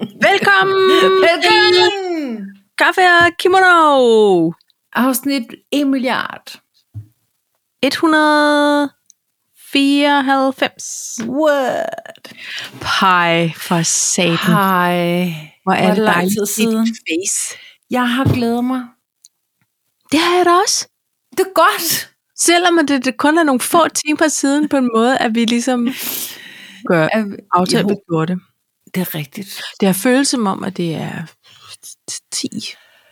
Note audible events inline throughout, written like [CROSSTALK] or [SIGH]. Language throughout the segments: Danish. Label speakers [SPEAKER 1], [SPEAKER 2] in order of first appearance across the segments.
[SPEAKER 1] Velkommen
[SPEAKER 2] Velkommen!
[SPEAKER 1] Kaffe og Kimono
[SPEAKER 2] Afsnit 1 milliard.
[SPEAKER 1] 194.
[SPEAKER 2] What?
[SPEAKER 1] Pej for satan.
[SPEAKER 2] Hej.
[SPEAKER 1] Ah, Hvor
[SPEAKER 2] hvor er
[SPEAKER 1] er det
[SPEAKER 2] det lang
[SPEAKER 1] dejligt
[SPEAKER 2] tid
[SPEAKER 1] dit
[SPEAKER 2] siden.
[SPEAKER 1] face.
[SPEAKER 2] Jeg har glædet mig.
[SPEAKER 1] Det har jeg da også.
[SPEAKER 2] Det er godt.
[SPEAKER 1] Selvom det, det kun er nogle få timer siden på en måde, at vi ligesom gør aftalt, at vi gjorde det.
[SPEAKER 2] Det er rigtigt.
[SPEAKER 1] Det har føles som om, at det er 10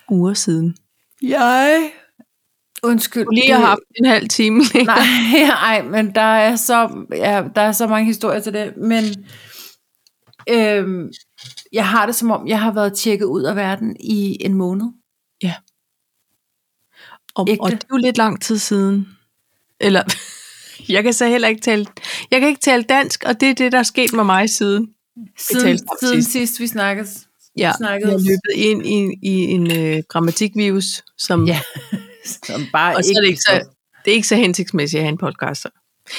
[SPEAKER 1] uger siden.
[SPEAKER 2] Jeg... Undskyld.
[SPEAKER 1] Du lige har
[SPEAKER 2] det-
[SPEAKER 1] haft en halv time. længere.
[SPEAKER 2] [LAUGHS] Nej, nej, men der er så, ja, der er så mange historier til det. Men øhm, jeg har det som om, jeg har været tjekket ud af verden i en måned.
[SPEAKER 1] Og,
[SPEAKER 2] Ægte.
[SPEAKER 1] og det er jo lidt lang tid siden. Eller, [LAUGHS] jeg kan så heller ikke tale, jeg kan ikke tale dansk, og det er det, der er sket med mig siden.
[SPEAKER 2] Siden,
[SPEAKER 1] talte om
[SPEAKER 2] siden
[SPEAKER 1] sidst.
[SPEAKER 2] sidst vi snakkes.
[SPEAKER 1] Ja,
[SPEAKER 2] Snakkes.
[SPEAKER 1] jeg er løbet ind i, i en øh, grammatikvirus, som [LAUGHS]
[SPEAKER 2] Ja. Som bare
[SPEAKER 1] og så er det ikke så, det er ikke så hensigtsmæssigt at have en podcast. så.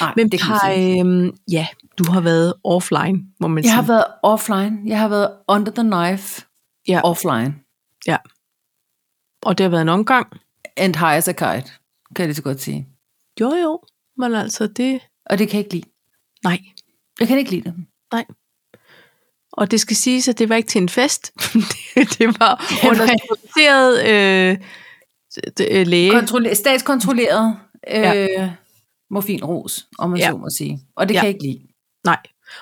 [SPEAKER 2] Nej,
[SPEAKER 1] Men
[SPEAKER 2] det kan man sige.
[SPEAKER 1] Paj, øhm, ja, du har været offline, må man
[SPEAKER 2] Jeg
[SPEAKER 1] sige.
[SPEAKER 2] har været offline. Jeg har været under the knife.
[SPEAKER 1] Ja.
[SPEAKER 2] Offline.
[SPEAKER 1] Og det har været en omgang.
[SPEAKER 2] And high as a kite, kan jeg lige så godt sige.
[SPEAKER 1] Jo, jo, men altså det...
[SPEAKER 2] Og det kan jeg ikke lide.
[SPEAKER 1] Nej,
[SPEAKER 2] Jeg kan ikke lide det.
[SPEAKER 1] Og det skal siges, at det var ikke til en fest. [LAUGHS] det, det var
[SPEAKER 2] var-
[SPEAKER 1] under superviseret øh, d- øh, læge.
[SPEAKER 2] Kontrolle- statskontrolleret øh, ja. morfinros, om man
[SPEAKER 1] Ja.
[SPEAKER 2] ja. så må sige. Og det ja.
[SPEAKER 1] Ja.
[SPEAKER 2] kan jeg ikke lide.
[SPEAKER 1] Nej.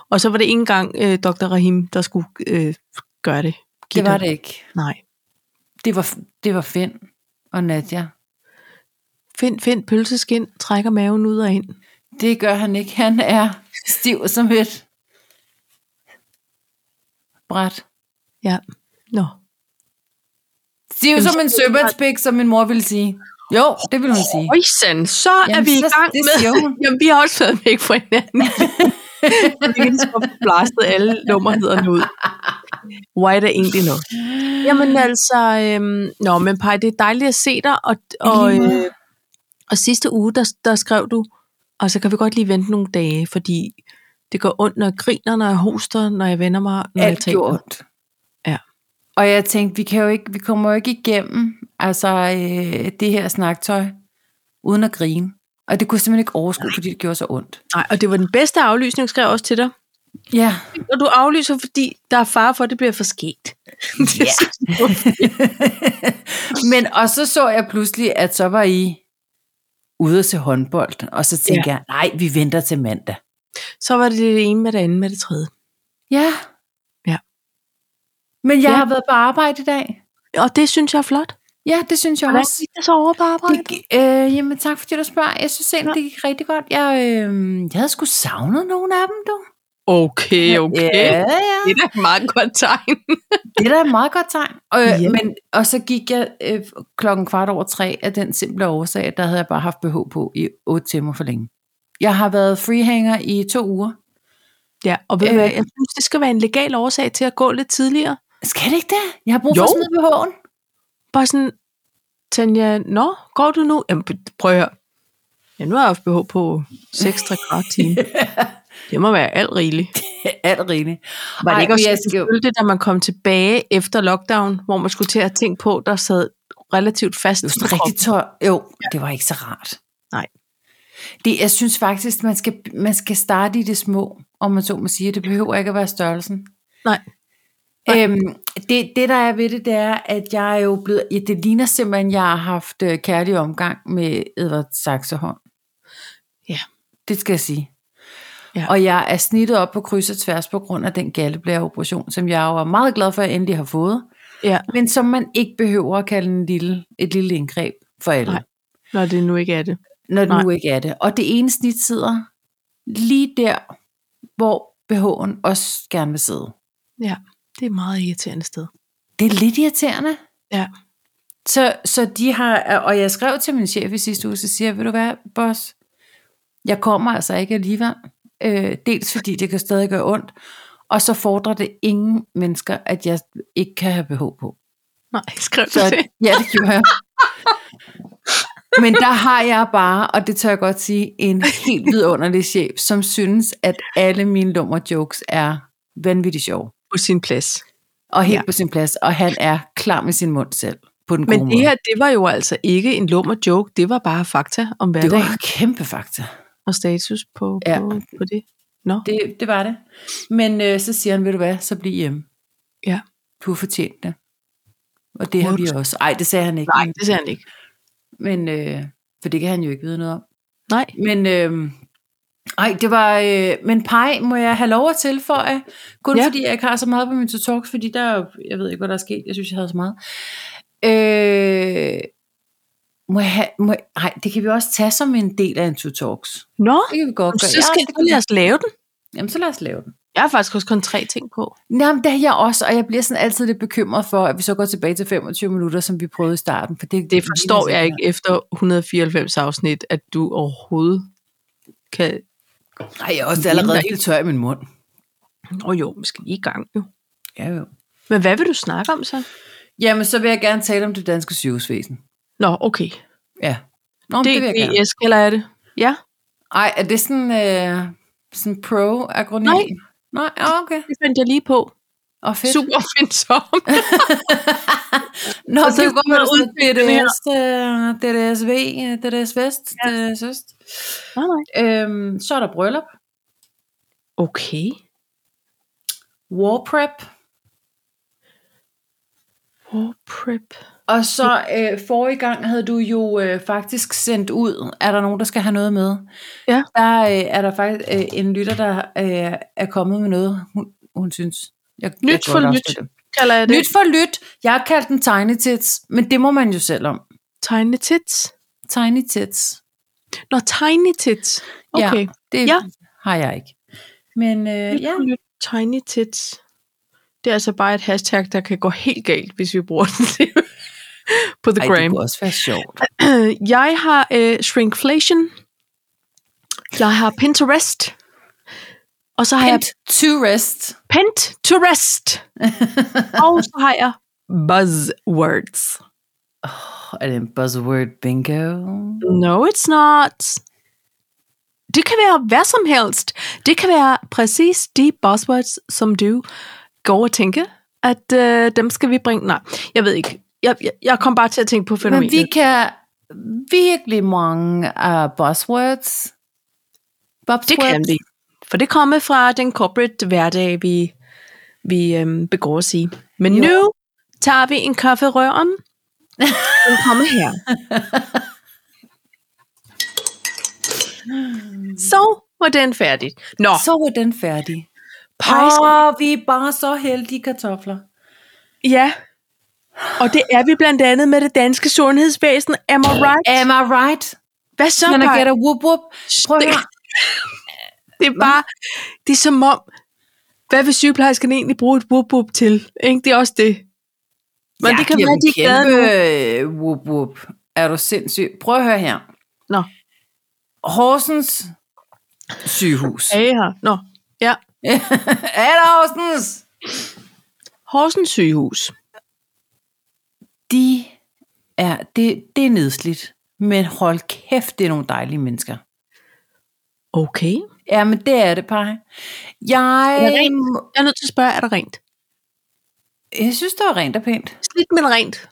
[SPEAKER 1] Og så var det ikke engang øh, Dr. Rahim, der skulle øh, gøre det. Give
[SPEAKER 2] Det var det ikke.
[SPEAKER 1] Nej.
[SPEAKER 2] Det var, det var Finn og Nadja.
[SPEAKER 1] Find, find pølseskin, trækker maven ud og ind.
[SPEAKER 2] Det gør han ikke. Han er stiv som et bræt.
[SPEAKER 1] Ja. Nå.
[SPEAKER 2] Stiv som en søbandspik, som min mor ville sige. Jo, det vil hun sige.
[SPEAKER 1] Højsen, så er
[SPEAKER 2] Jamen,
[SPEAKER 1] vi i
[SPEAKER 2] så-
[SPEAKER 1] gang
[SPEAKER 2] det
[SPEAKER 1] med...
[SPEAKER 2] siger
[SPEAKER 1] [LAUGHS]
[SPEAKER 2] hun.
[SPEAKER 1] Jamen, vi har også været væk fra [LAUGHS] hinanden. vi kan lige så godt blastet alle nummerhederne ud. Why er det egentlig nok? Jamen altså, øhm, nå, men Paj, det er dejligt at se dig, og, og,
[SPEAKER 2] lige måde.
[SPEAKER 1] øh, og sidste uge, der, der skrev du, og så kan vi godt lige vente nogle dage, fordi det går ondt, når jeg griner, når jeg hoster, når jeg vender mig, når jeg
[SPEAKER 2] alt
[SPEAKER 1] taler.
[SPEAKER 2] gjorde ondt.
[SPEAKER 1] Ja.
[SPEAKER 2] Og jeg tænkte, vi, kan jo ikke, vi kommer jo ikke igennem altså, øh, det her snaktøj, uden at grine. Og det kunne jeg simpelthen ikke overskue, fordi det gjorde så ondt.
[SPEAKER 1] Nej, og det var den bedste aflysning, skrev jeg også til dig.
[SPEAKER 2] Ja,
[SPEAKER 1] Og du aflyser, fordi der er fare for, at det bliver for sket. Det er
[SPEAKER 2] Ja.
[SPEAKER 1] så-
[SPEAKER 2] men og så så jeg pludselig, at så var I ude til håndbold, og så tænkte ja. jeg, nej, vi venter til mandag.
[SPEAKER 1] [LAUGHS] så var det det ene med det andet med det tredje.
[SPEAKER 2] Ja.
[SPEAKER 1] Ja.
[SPEAKER 2] Men jeg
[SPEAKER 1] Ja.
[SPEAKER 2] ja. har været på arbejde i dag.
[SPEAKER 1] Og det synes jeg er flot.
[SPEAKER 2] Ja, det synes jeg
[SPEAKER 1] Hvordan
[SPEAKER 2] også.
[SPEAKER 1] gik det så over på arbejde?
[SPEAKER 2] Det, gik- øh, jamen tak fordi du spørger. Jeg synes egentlig,
[SPEAKER 1] Ja.
[SPEAKER 2] det gik rigtig godt. Jeg, øh, jeg havde sgu savnet nogle af dem, du.
[SPEAKER 1] Okay,
[SPEAKER 2] Ja, ja.
[SPEAKER 1] Det er da et meget godt tegn.
[SPEAKER 2] Det er da et meget godt tegn. Og,
[SPEAKER 1] Ja.
[SPEAKER 2] yeah. men, og så gik jeg øh, klokken kvart over tre af den simple årsag, at der havde jeg bare haft BH på i otte timer for længe. Jeg har været freehanger i to uger.
[SPEAKER 1] Ja, og ved du hvad,
[SPEAKER 2] Øh.
[SPEAKER 1] jeg synes, det skal være en legal årsag til at gå lidt tidligere.
[SPEAKER 2] Skal det ikke det? Jeg har brug for
[SPEAKER 1] Jo.
[SPEAKER 2] at smide BH'en.
[SPEAKER 1] Bare sådan, Tanja, nå, går du nu? Jamen, prøv at høre. Ja, nu har jeg haft behov på 6 3 kvart
[SPEAKER 2] [LAUGHS]
[SPEAKER 1] time. Det må være alt rigeligt.
[SPEAKER 2] Alt rigeligt.
[SPEAKER 1] Var det
[SPEAKER 2] Ej,
[SPEAKER 1] ikke
[SPEAKER 2] men
[SPEAKER 1] også
[SPEAKER 2] jeg skal jo-
[SPEAKER 1] selvfølgelig det, da man kom tilbage efter lockdown, hvor man skulle til at tænke på, der sad relativt fast.
[SPEAKER 2] Det var sådan rigtig tør. Jo, det var ikke så rart.
[SPEAKER 1] Nej.
[SPEAKER 2] Det, jeg synes faktisk, man skal, man skal starte i det små, om man så må sige. Det behøver ikke at være størrelsen.
[SPEAKER 1] Nej. Nej.
[SPEAKER 2] Øhm, det, det, der er ved det, det er, at jeg er jo blevet... Ja, det ligner simpelthen, jeg har haft øh, kærlig omgang med Edvard Saxehånd.
[SPEAKER 1] Ja.
[SPEAKER 2] Det skal jeg sige.
[SPEAKER 1] Ja.
[SPEAKER 2] Og jeg er snittet op på kryds og tværs på grund af den galleblæreoperation, som jeg jo er meget glad for, at jeg endelig har fået.
[SPEAKER 1] Ja,
[SPEAKER 2] Men som man ikke behøver at kalde en lille, et lille indgreb for alle.
[SPEAKER 1] Nej. når det nu ikke er det.
[SPEAKER 2] når det
[SPEAKER 1] Nej.
[SPEAKER 2] nu ikke er det. Og det ene snit sidder lige der, hvor BH'en også gerne vil sidde.
[SPEAKER 1] Ja, det er et meget irriterende sted.
[SPEAKER 2] Det er lidt irriterende.
[SPEAKER 1] Ja.
[SPEAKER 2] Så, så de har, og jeg skrev til min chef i sidste uge, så siger jeg, ved du hvad, boss, jeg kommer altså ikke alligevel. Øh, dels fordi det kan stadig gøre ondt, og så fordrer det ingen mennesker, at jeg ikke kan have behov på.
[SPEAKER 1] Nej, [LAUGHS] skrev
[SPEAKER 2] Så,
[SPEAKER 1] du det.
[SPEAKER 2] ja, [LAUGHS] det gjorde jeg. Men der har jeg bare, og det tør jeg godt sige, en helt vidunderlig chef, som synes, at alle mine lummer jokes er vanvittigt sjove.
[SPEAKER 1] På sin plads.
[SPEAKER 2] Og helt
[SPEAKER 1] Ja.
[SPEAKER 2] ja. på sin plads. Og han er klar med sin mund selv. På den gode
[SPEAKER 1] Men det
[SPEAKER 2] måde.
[SPEAKER 1] her, det var jo altså ikke en lummer joke, det var bare fakta om
[SPEAKER 2] det
[SPEAKER 1] hverdagen
[SPEAKER 2] var kæmpe fakta.
[SPEAKER 1] og status på,
[SPEAKER 2] Ja.
[SPEAKER 1] ja. på, på det. Nå, det.
[SPEAKER 2] Det, det var det. Men øh, så siger han, ved du hvad, så bliv hjemme.
[SPEAKER 1] Ja.
[SPEAKER 2] Du har fortjent det. Og det har
[SPEAKER 1] What?
[SPEAKER 2] vi også. Ej, det sagde han ikke.
[SPEAKER 1] nej, det ser han ikke.
[SPEAKER 2] Men, øh, for det kan han jo ikke vide noget om.
[SPEAKER 1] Nej,
[SPEAKER 2] Men, øh, ej, det var, øh, men pej, må jeg have lov at tilføje? Kun
[SPEAKER 1] Ja.
[SPEAKER 2] ja. fordi jeg ikke har så meget på min to talks, fordi der, er jo- jeg ved ikke, hvad der er sket. Jeg synes, jeg havde så meget. Øh, må jeg have, må jeg, ej, det kan vi også tage som en del af en to talks.
[SPEAKER 1] nå,
[SPEAKER 2] Det kan vi godt gøre.
[SPEAKER 1] så skal
[SPEAKER 2] ja, det
[SPEAKER 1] vi
[SPEAKER 2] kan vi-
[SPEAKER 1] lade os lave den.
[SPEAKER 2] Jamen, så lad os lave den.
[SPEAKER 1] Jeg har faktisk også kun tre ting på.
[SPEAKER 2] Jamen, det er jeg også, og jeg bliver sådan altid lidt bekymret for, at vi så går tilbage til 25 minutter, som vi prøvede i starten. For det,
[SPEAKER 1] Det forstår jeg ikke efter 194 afsnit, at du overhovedet kan...
[SPEAKER 2] Nej, jeg er også allerede helt tør i min mund.
[SPEAKER 1] Nå jo, måske lige i gang jo.
[SPEAKER 2] Ja, jo.
[SPEAKER 1] Men hvad vil du snakke om så?
[SPEAKER 2] Jamen, så vil jeg gerne tale om det danske sygehusvæsen.
[SPEAKER 1] Nå, okay.
[SPEAKER 2] Ja. Nå, det, det vil jeg gerne.
[SPEAKER 1] DDS kalder jeg det. Ja,
[SPEAKER 2] Ej, er det sådan, øh, sådan pro-agronomi?
[SPEAKER 1] Nej.
[SPEAKER 2] Nej, ja, okay.
[SPEAKER 1] det fandt jeg lige på.
[SPEAKER 2] Og fedt. Super.
[SPEAKER 1] Super findsom.
[SPEAKER 2] Nå,
[SPEAKER 1] Og
[SPEAKER 2] så
[SPEAKER 1] så
[SPEAKER 2] det går
[SPEAKER 1] kommer
[SPEAKER 2] med
[SPEAKER 1] der ud
[SPEAKER 2] ud
[SPEAKER 1] til den her.
[SPEAKER 2] DDS, øh, DDSV, øh, DDS Vest, ja. DDS Øst.
[SPEAKER 1] [LAUGHS] nej, nej.
[SPEAKER 2] Øhm, så er der bryllup,
[SPEAKER 1] Okay.
[SPEAKER 2] war prep,
[SPEAKER 1] War prep.
[SPEAKER 2] Og så øh, forrige gang havde du jo øh, faktisk sendt ud, er der nogen, der skal have noget med?
[SPEAKER 1] Ja.
[SPEAKER 2] Der øh, er der faktisk øh, en lytter, der øh, er kommet med noget, hun, hun synes. Jeg,
[SPEAKER 1] Nyt
[SPEAKER 2] tror,
[SPEAKER 1] for
[SPEAKER 2] der er
[SPEAKER 1] nyt.
[SPEAKER 2] støtte.
[SPEAKER 1] Kalder jeg det.
[SPEAKER 2] Nyt for lyt. Jeg har kaldt den Tiny Tits, men det må man jo selv om.
[SPEAKER 1] Tiny tits.
[SPEAKER 2] Tiny Tits.
[SPEAKER 1] Nå, tiny tits. Okay.
[SPEAKER 2] Ja, det
[SPEAKER 1] Ja.
[SPEAKER 2] ja. har jeg ikke. Men øh, ja,
[SPEAKER 1] Ja. Tiny tits. Det er altså bare et hashtag, der kan gå helt galt, hvis vi bruger den til på The
[SPEAKER 2] Ej, det
[SPEAKER 1] Gram.
[SPEAKER 2] kunne også være sjovt.
[SPEAKER 1] [CLEARS THROAT] Jeg har øh, shrinkflation. Jeg har Pinterest. Og så har
[SPEAKER 2] Hent
[SPEAKER 1] jeg
[SPEAKER 2] to rest. [LAUGHS]
[SPEAKER 1] Pent to rest. og så har jeg buzzwords.
[SPEAKER 2] Er det en buzzword bingo?
[SPEAKER 1] No, it's not. Det kan være hvad som helst. Det kan være præcis de buzzwords, som du går og tænker, at øh, dem skal vi bringe. Nej, jeg ved ikke. Jeg, jeg, jeg kom bare til at tænke på
[SPEAKER 2] Men
[SPEAKER 1] fænomenet.
[SPEAKER 2] vi kan virkelig mange uh, buzzwords.
[SPEAKER 1] det kan
[SPEAKER 2] Buzzwords.
[SPEAKER 1] vi. For det kommer fra den corporate hverdag, vi, vi øhm, begår os i. Men jo.
[SPEAKER 2] Jo.
[SPEAKER 1] nu tager vi en kaffe i røren. Den kommer
[SPEAKER 2] [LAUGHS]
[SPEAKER 1] her. Så var den færdig. Nå,
[SPEAKER 2] Så var den færdig.
[SPEAKER 1] pejs.
[SPEAKER 2] Åh, vi er bare så heldige kartofler.
[SPEAKER 1] Ja. Og det er vi blandt andet med det danske sundhedsvæsen. Am I right?
[SPEAKER 2] Am I right?
[SPEAKER 1] Hvad så,
[SPEAKER 2] Can I
[SPEAKER 1] Paj?
[SPEAKER 2] get a whoop whoop? Prøv at
[SPEAKER 1] Det-
[SPEAKER 2] høre.
[SPEAKER 1] Det er bare, det er som om, hvad vil sygeplejerskerne egentlig bruge et whoop whoop til? Ikke? Det er også det. Men ja, det kan
[SPEAKER 2] giver
[SPEAKER 1] være,
[SPEAKER 2] dem
[SPEAKER 1] de er glade nu.
[SPEAKER 2] kæmpe whoop whoop. Er du sindssyg? Prøv at høre her.
[SPEAKER 1] Nå.
[SPEAKER 2] Horsens sygehus.
[SPEAKER 1] Ja, her. Nå, ja.
[SPEAKER 2] [LAUGHS] er der Horsens?
[SPEAKER 1] Horsens sygehus.
[SPEAKER 2] De er, det, det er nedslidt. Men hold kæft, det er nogle dejlige mennesker.
[SPEAKER 1] Okay.
[SPEAKER 2] Ja, men det er det, Paj.
[SPEAKER 1] Er der
[SPEAKER 2] Jeg,
[SPEAKER 1] rent? Jeg er nødt til at spørge, er der rent?
[SPEAKER 2] jeg synes, det var rent og pænt.
[SPEAKER 1] Slidt, men rent.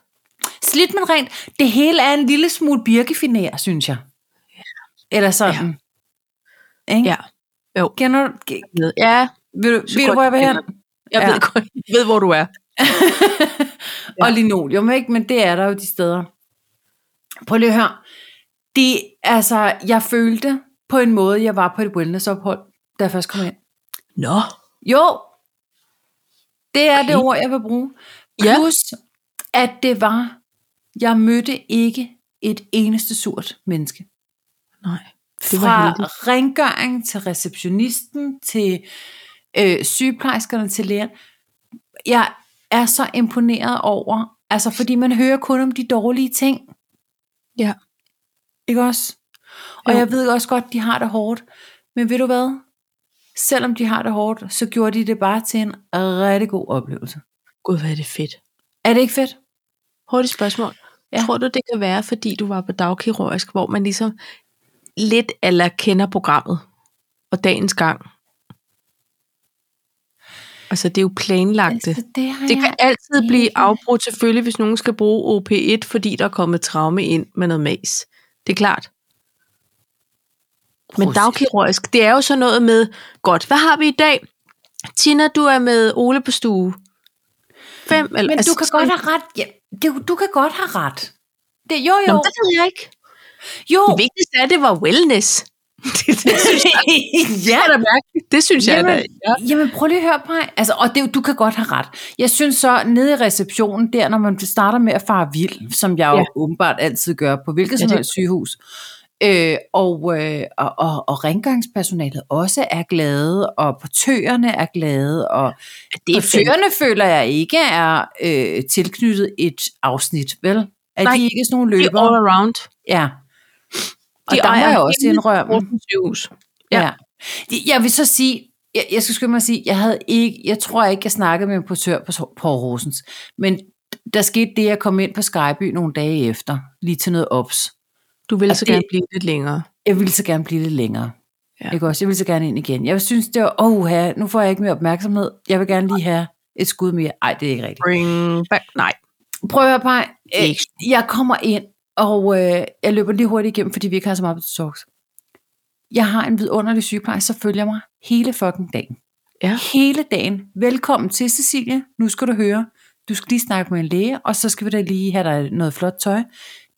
[SPEAKER 2] Slidt, men rent. Det hele er en lille smule birkefinær, synes jeg. Eller sådan. Ja. Ikke?
[SPEAKER 1] Ja. Jo.
[SPEAKER 2] Kender du, ge-
[SPEAKER 1] Ja,
[SPEAKER 2] vil du,
[SPEAKER 1] Så
[SPEAKER 2] ved du,
[SPEAKER 1] godt,
[SPEAKER 2] hvor jeg vil
[SPEAKER 1] jeg
[SPEAKER 2] hen?
[SPEAKER 1] kender jeg,
[SPEAKER 2] Ja.
[SPEAKER 1] ja. Ved, godt- jeg ved, hvor du er. Ja.
[SPEAKER 2] Og linoleum, ikke? Men det er der jo de steder. Prøv lige at høre. Det, altså, jeg følte på en måde, jeg var på et wellnessophold, da jeg først kom ind.
[SPEAKER 1] Nå.
[SPEAKER 2] Jo, det er okay. det
[SPEAKER 1] Okay.
[SPEAKER 2] ord, jeg vil bruge.
[SPEAKER 1] Ja.
[SPEAKER 2] Plus, ja. at det var, jeg mødte ikke et eneste surt menneske.
[SPEAKER 1] Nej. Det var
[SPEAKER 2] Fra
[SPEAKER 1] heldigt.
[SPEAKER 2] rengøring til receptionisten, til øh, sygeplejerskerne, til lægen. Jeg er så imponeret over, altså fordi man hører kun om de dårlige ting.
[SPEAKER 1] Ja.
[SPEAKER 2] Ikke også? Og
[SPEAKER 1] Jo.
[SPEAKER 2] jeg ved også godt, de har det hårdt. Men ved du hvad? Selvom de har det hårdt, så gjorde de det bare til en rigtig god oplevelse.
[SPEAKER 1] Gud, hvor er det fedt.
[SPEAKER 2] Er det ikke fedt?
[SPEAKER 1] Hurtigt spørgsmål. Ja.
[SPEAKER 2] Ja.
[SPEAKER 1] Tror du, det kan være, fordi du var på dagkirurgisk, hvor man ligesom lidt eller kender programmet og dagens gang? Altså, det er jo planlagte.
[SPEAKER 2] Altså, det har
[SPEAKER 1] Det
[SPEAKER 2] jeg
[SPEAKER 1] kan altid blive
[SPEAKER 2] ikke.
[SPEAKER 1] afbrudt selvfølgelig, hvis nogen skal bruge OP1, fordi der er kommet traume ind med noget mas. Det er klart. Men
[SPEAKER 2] Prøv at se.
[SPEAKER 1] dagkirurgisk, det er jo sådan noget med, godt, hvad har vi i dag? Tina, du er med Ole på stue. Fem, eller, altså,
[SPEAKER 2] Men du kan
[SPEAKER 1] sådan-
[SPEAKER 2] godt have ret. Ja, det, du kan godt have ret. Det, jo,
[SPEAKER 1] Nå,
[SPEAKER 2] jo.
[SPEAKER 1] men det ved jeg ikke.
[SPEAKER 2] jo.
[SPEAKER 1] Det vigtigste er, at det var wellness. [LAUGHS] det, det [LAUGHS] synes jeg
[SPEAKER 2] ja,
[SPEAKER 1] er da mærkeligt. Det synes jeg da. Ja.
[SPEAKER 2] jamen, prøv lige at høre på mig. Altså, og det, er jo- du kan godt have ret. Jeg synes så, nede i receptionen, der når man starter med at fare vild, som jeg jo
[SPEAKER 1] Ja.
[SPEAKER 2] åbenbart altid gør på hvilket
[SPEAKER 1] Ja,
[SPEAKER 2] som
[SPEAKER 1] det-
[SPEAKER 2] helst sygehus, øh, og, øh, og, og, og rengøringspersonalet også er glade, og portørerne er glade, og
[SPEAKER 1] Det er fedt.
[SPEAKER 2] portørerne føler jeg ikke er øh, tilknyttet et afsnit, vel? Er
[SPEAKER 1] Nej,
[SPEAKER 2] de ikke sådan nogle
[SPEAKER 1] Det er all
[SPEAKER 2] løbere?
[SPEAKER 1] around.
[SPEAKER 2] Ja. Og
[SPEAKER 1] De
[SPEAKER 2] der må
[SPEAKER 1] ejer Mm.
[SPEAKER 2] jeg også
[SPEAKER 1] hele
[SPEAKER 2] indrømme,
[SPEAKER 1] Horsens sygehus. Ja.
[SPEAKER 2] Ja. ja. Det- Jeg vil så sige, jeg, jeg skal skynde mig at sige, jeg havde ikke, jeg tror ikke, jeg snakkede med en portør på Sor- Poul Rosens, men der skete det, jeg kom ind på Skyby nogle dage efter, lige til noget ops.
[SPEAKER 1] Du vil
[SPEAKER 2] Og
[SPEAKER 1] så
[SPEAKER 2] det-
[SPEAKER 1] gerne blive lidt længere.
[SPEAKER 2] Jeg ville så gerne blive lidt længere.
[SPEAKER 1] Ja.
[SPEAKER 2] Ja. Ikke også? Jeg ville så gerne ind igen. Jeg synes, det var, åh, oh, nu får jeg ikke mere opmærksomhed. Jeg vil gerne lige have et skud mere. Ej, det er ikke rigtigt.
[SPEAKER 1] Bring back. Nej.
[SPEAKER 2] Prøv at høre, Paj.
[SPEAKER 1] er
[SPEAKER 2] Øh,
[SPEAKER 1] ikke-
[SPEAKER 2] Jeg kommer ind, og øh, jeg løber lige hurtigt igennem, fordi vi ikke har så meget til talks. Jeg har en vidunderlig sygeplejerske, så følger jeg mig hele fucking dagen.
[SPEAKER 1] Ja.
[SPEAKER 2] Hele dagen. Velkommen til, Cecilie. Nu skal du høre. Du skal lige snakke med en læge, og så skal vi da lige have dig noget flot tøj.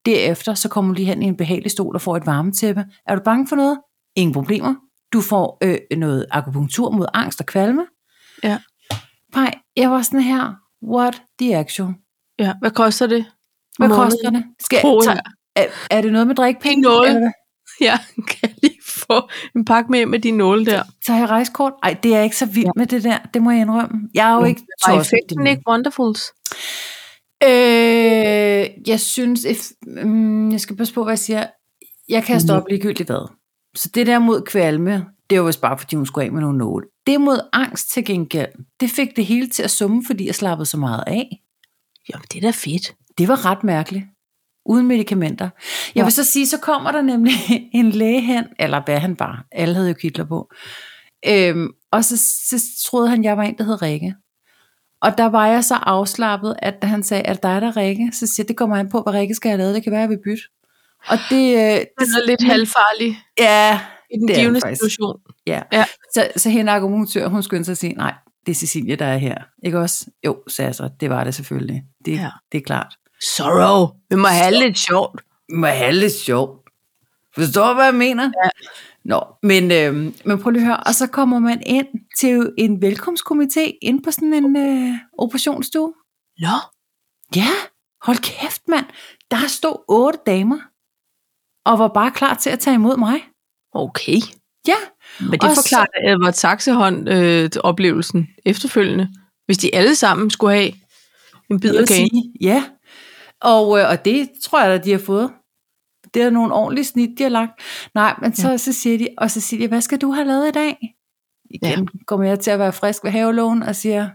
[SPEAKER 2] Derefter så kommer du lige hen i en behagelig stol og får et varmetæppe. Er du bange for noget? Ingen problemer. Du får øh, noget akupunktur mod angst og kvalme.
[SPEAKER 1] Ja.
[SPEAKER 2] Pej, jeg var sådan her. What the actual?
[SPEAKER 1] Ja, hvad koster det?
[SPEAKER 2] Hvad
[SPEAKER 1] Måned.
[SPEAKER 2] koster det? Skal,
[SPEAKER 1] Kroner.
[SPEAKER 2] tager, er, er det noget med drikkepenge?
[SPEAKER 1] Nåle.
[SPEAKER 2] Eller hvad?
[SPEAKER 1] [LAUGHS] Ja, kan jeg lige få en pakke med hjem med de nåle der?
[SPEAKER 2] Tager jeg rejskort? Ej, det er jeg ikke så vild med det der. Det må jeg indrømme. Jeg er jo ikke
[SPEAKER 1] Var
[SPEAKER 2] tosset.
[SPEAKER 1] effekten ikke Wonderfuls?
[SPEAKER 2] Øh, jeg synes, if, mm, jeg skal passe på, hvad jeg siger. Jeg kan stoppe ligegyldigt hvad. Så det der mod kvalme, det var vist bare, fordi hun skulle af med nogle nåle. Det mod angst til gengæld, det fik det hele til at summe, fordi jeg slappede så meget af.
[SPEAKER 1] Jamen, det er da fedt.
[SPEAKER 2] Det var ret mærkeligt. Uden medicamenter. Jeg
[SPEAKER 1] Ja.
[SPEAKER 2] vil så sige, så kommer der nemlig [LAUGHS] en læge hen, eller hvad han var. Alle havde jo kitler på. Øhm, og så, så troede han, jeg var en, der hed Rikke. Og der var jeg så afslappet, at da han sagde, at dig der er Rikke, så siger jeg, det kommer han på, hvad Rikke skal have lavet. Det kan være, jeg vil bytte. Og det,
[SPEAKER 1] [LAUGHS]
[SPEAKER 2] øh,
[SPEAKER 1] Den er lidt halvfarlig
[SPEAKER 2] ja,
[SPEAKER 1] i Mm. den
[SPEAKER 2] Det er den
[SPEAKER 1] givende
[SPEAKER 2] faktisk.
[SPEAKER 1] situation.
[SPEAKER 2] Ja.
[SPEAKER 1] Ja.
[SPEAKER 2] ja. Så, så hende akupunktør, hun skyndte sig at sige, nej, det er Cecilie, der er her. Ikke også? Jo, sagde jeg så, det var det selvfølgelig. Det,
[SPEAKER 1] Ja.
[SPEAKER 2] ja. det er klart.
[SPEAKER 1] Sorrow. Vi må have lidt sjovt.
[SPEAKER 2] må have lidt sjov. Forstår du, hvad jeg mener? Ja. Nå, men, øh, men prøv lige at høre. Og så kommer man ind til en velkomstkomité ind på sådan en øh, operationsstue.
[SPEAKER 1] Nå,
[SPEAKER 2] Ja, hold kæft mand. Der stod otte damer og var bare klar til at tage imod mig.
[SPEAKER 1] okay.
[SPEAKER 2] Ja,
[SPEAKER 1] Men det
[SPEAKER 2] Og så-
[SPEAKER 1] forklarer så... Edvard Saxehånd-oplevelsen øh, efterfølgende. Hvis de alle sammen skulle have en bid af kagen.
[SPEAKER 2] sige. Ja, og, øh, og det tror jeg da, de har fået. Det er nogle ordentlige snit, de har lagt. Nej, men så, så siger de, og så siger de, hvad skal du have lavet i dag? Igen ja. kommer jeg til at være frisk ved havelån og siger,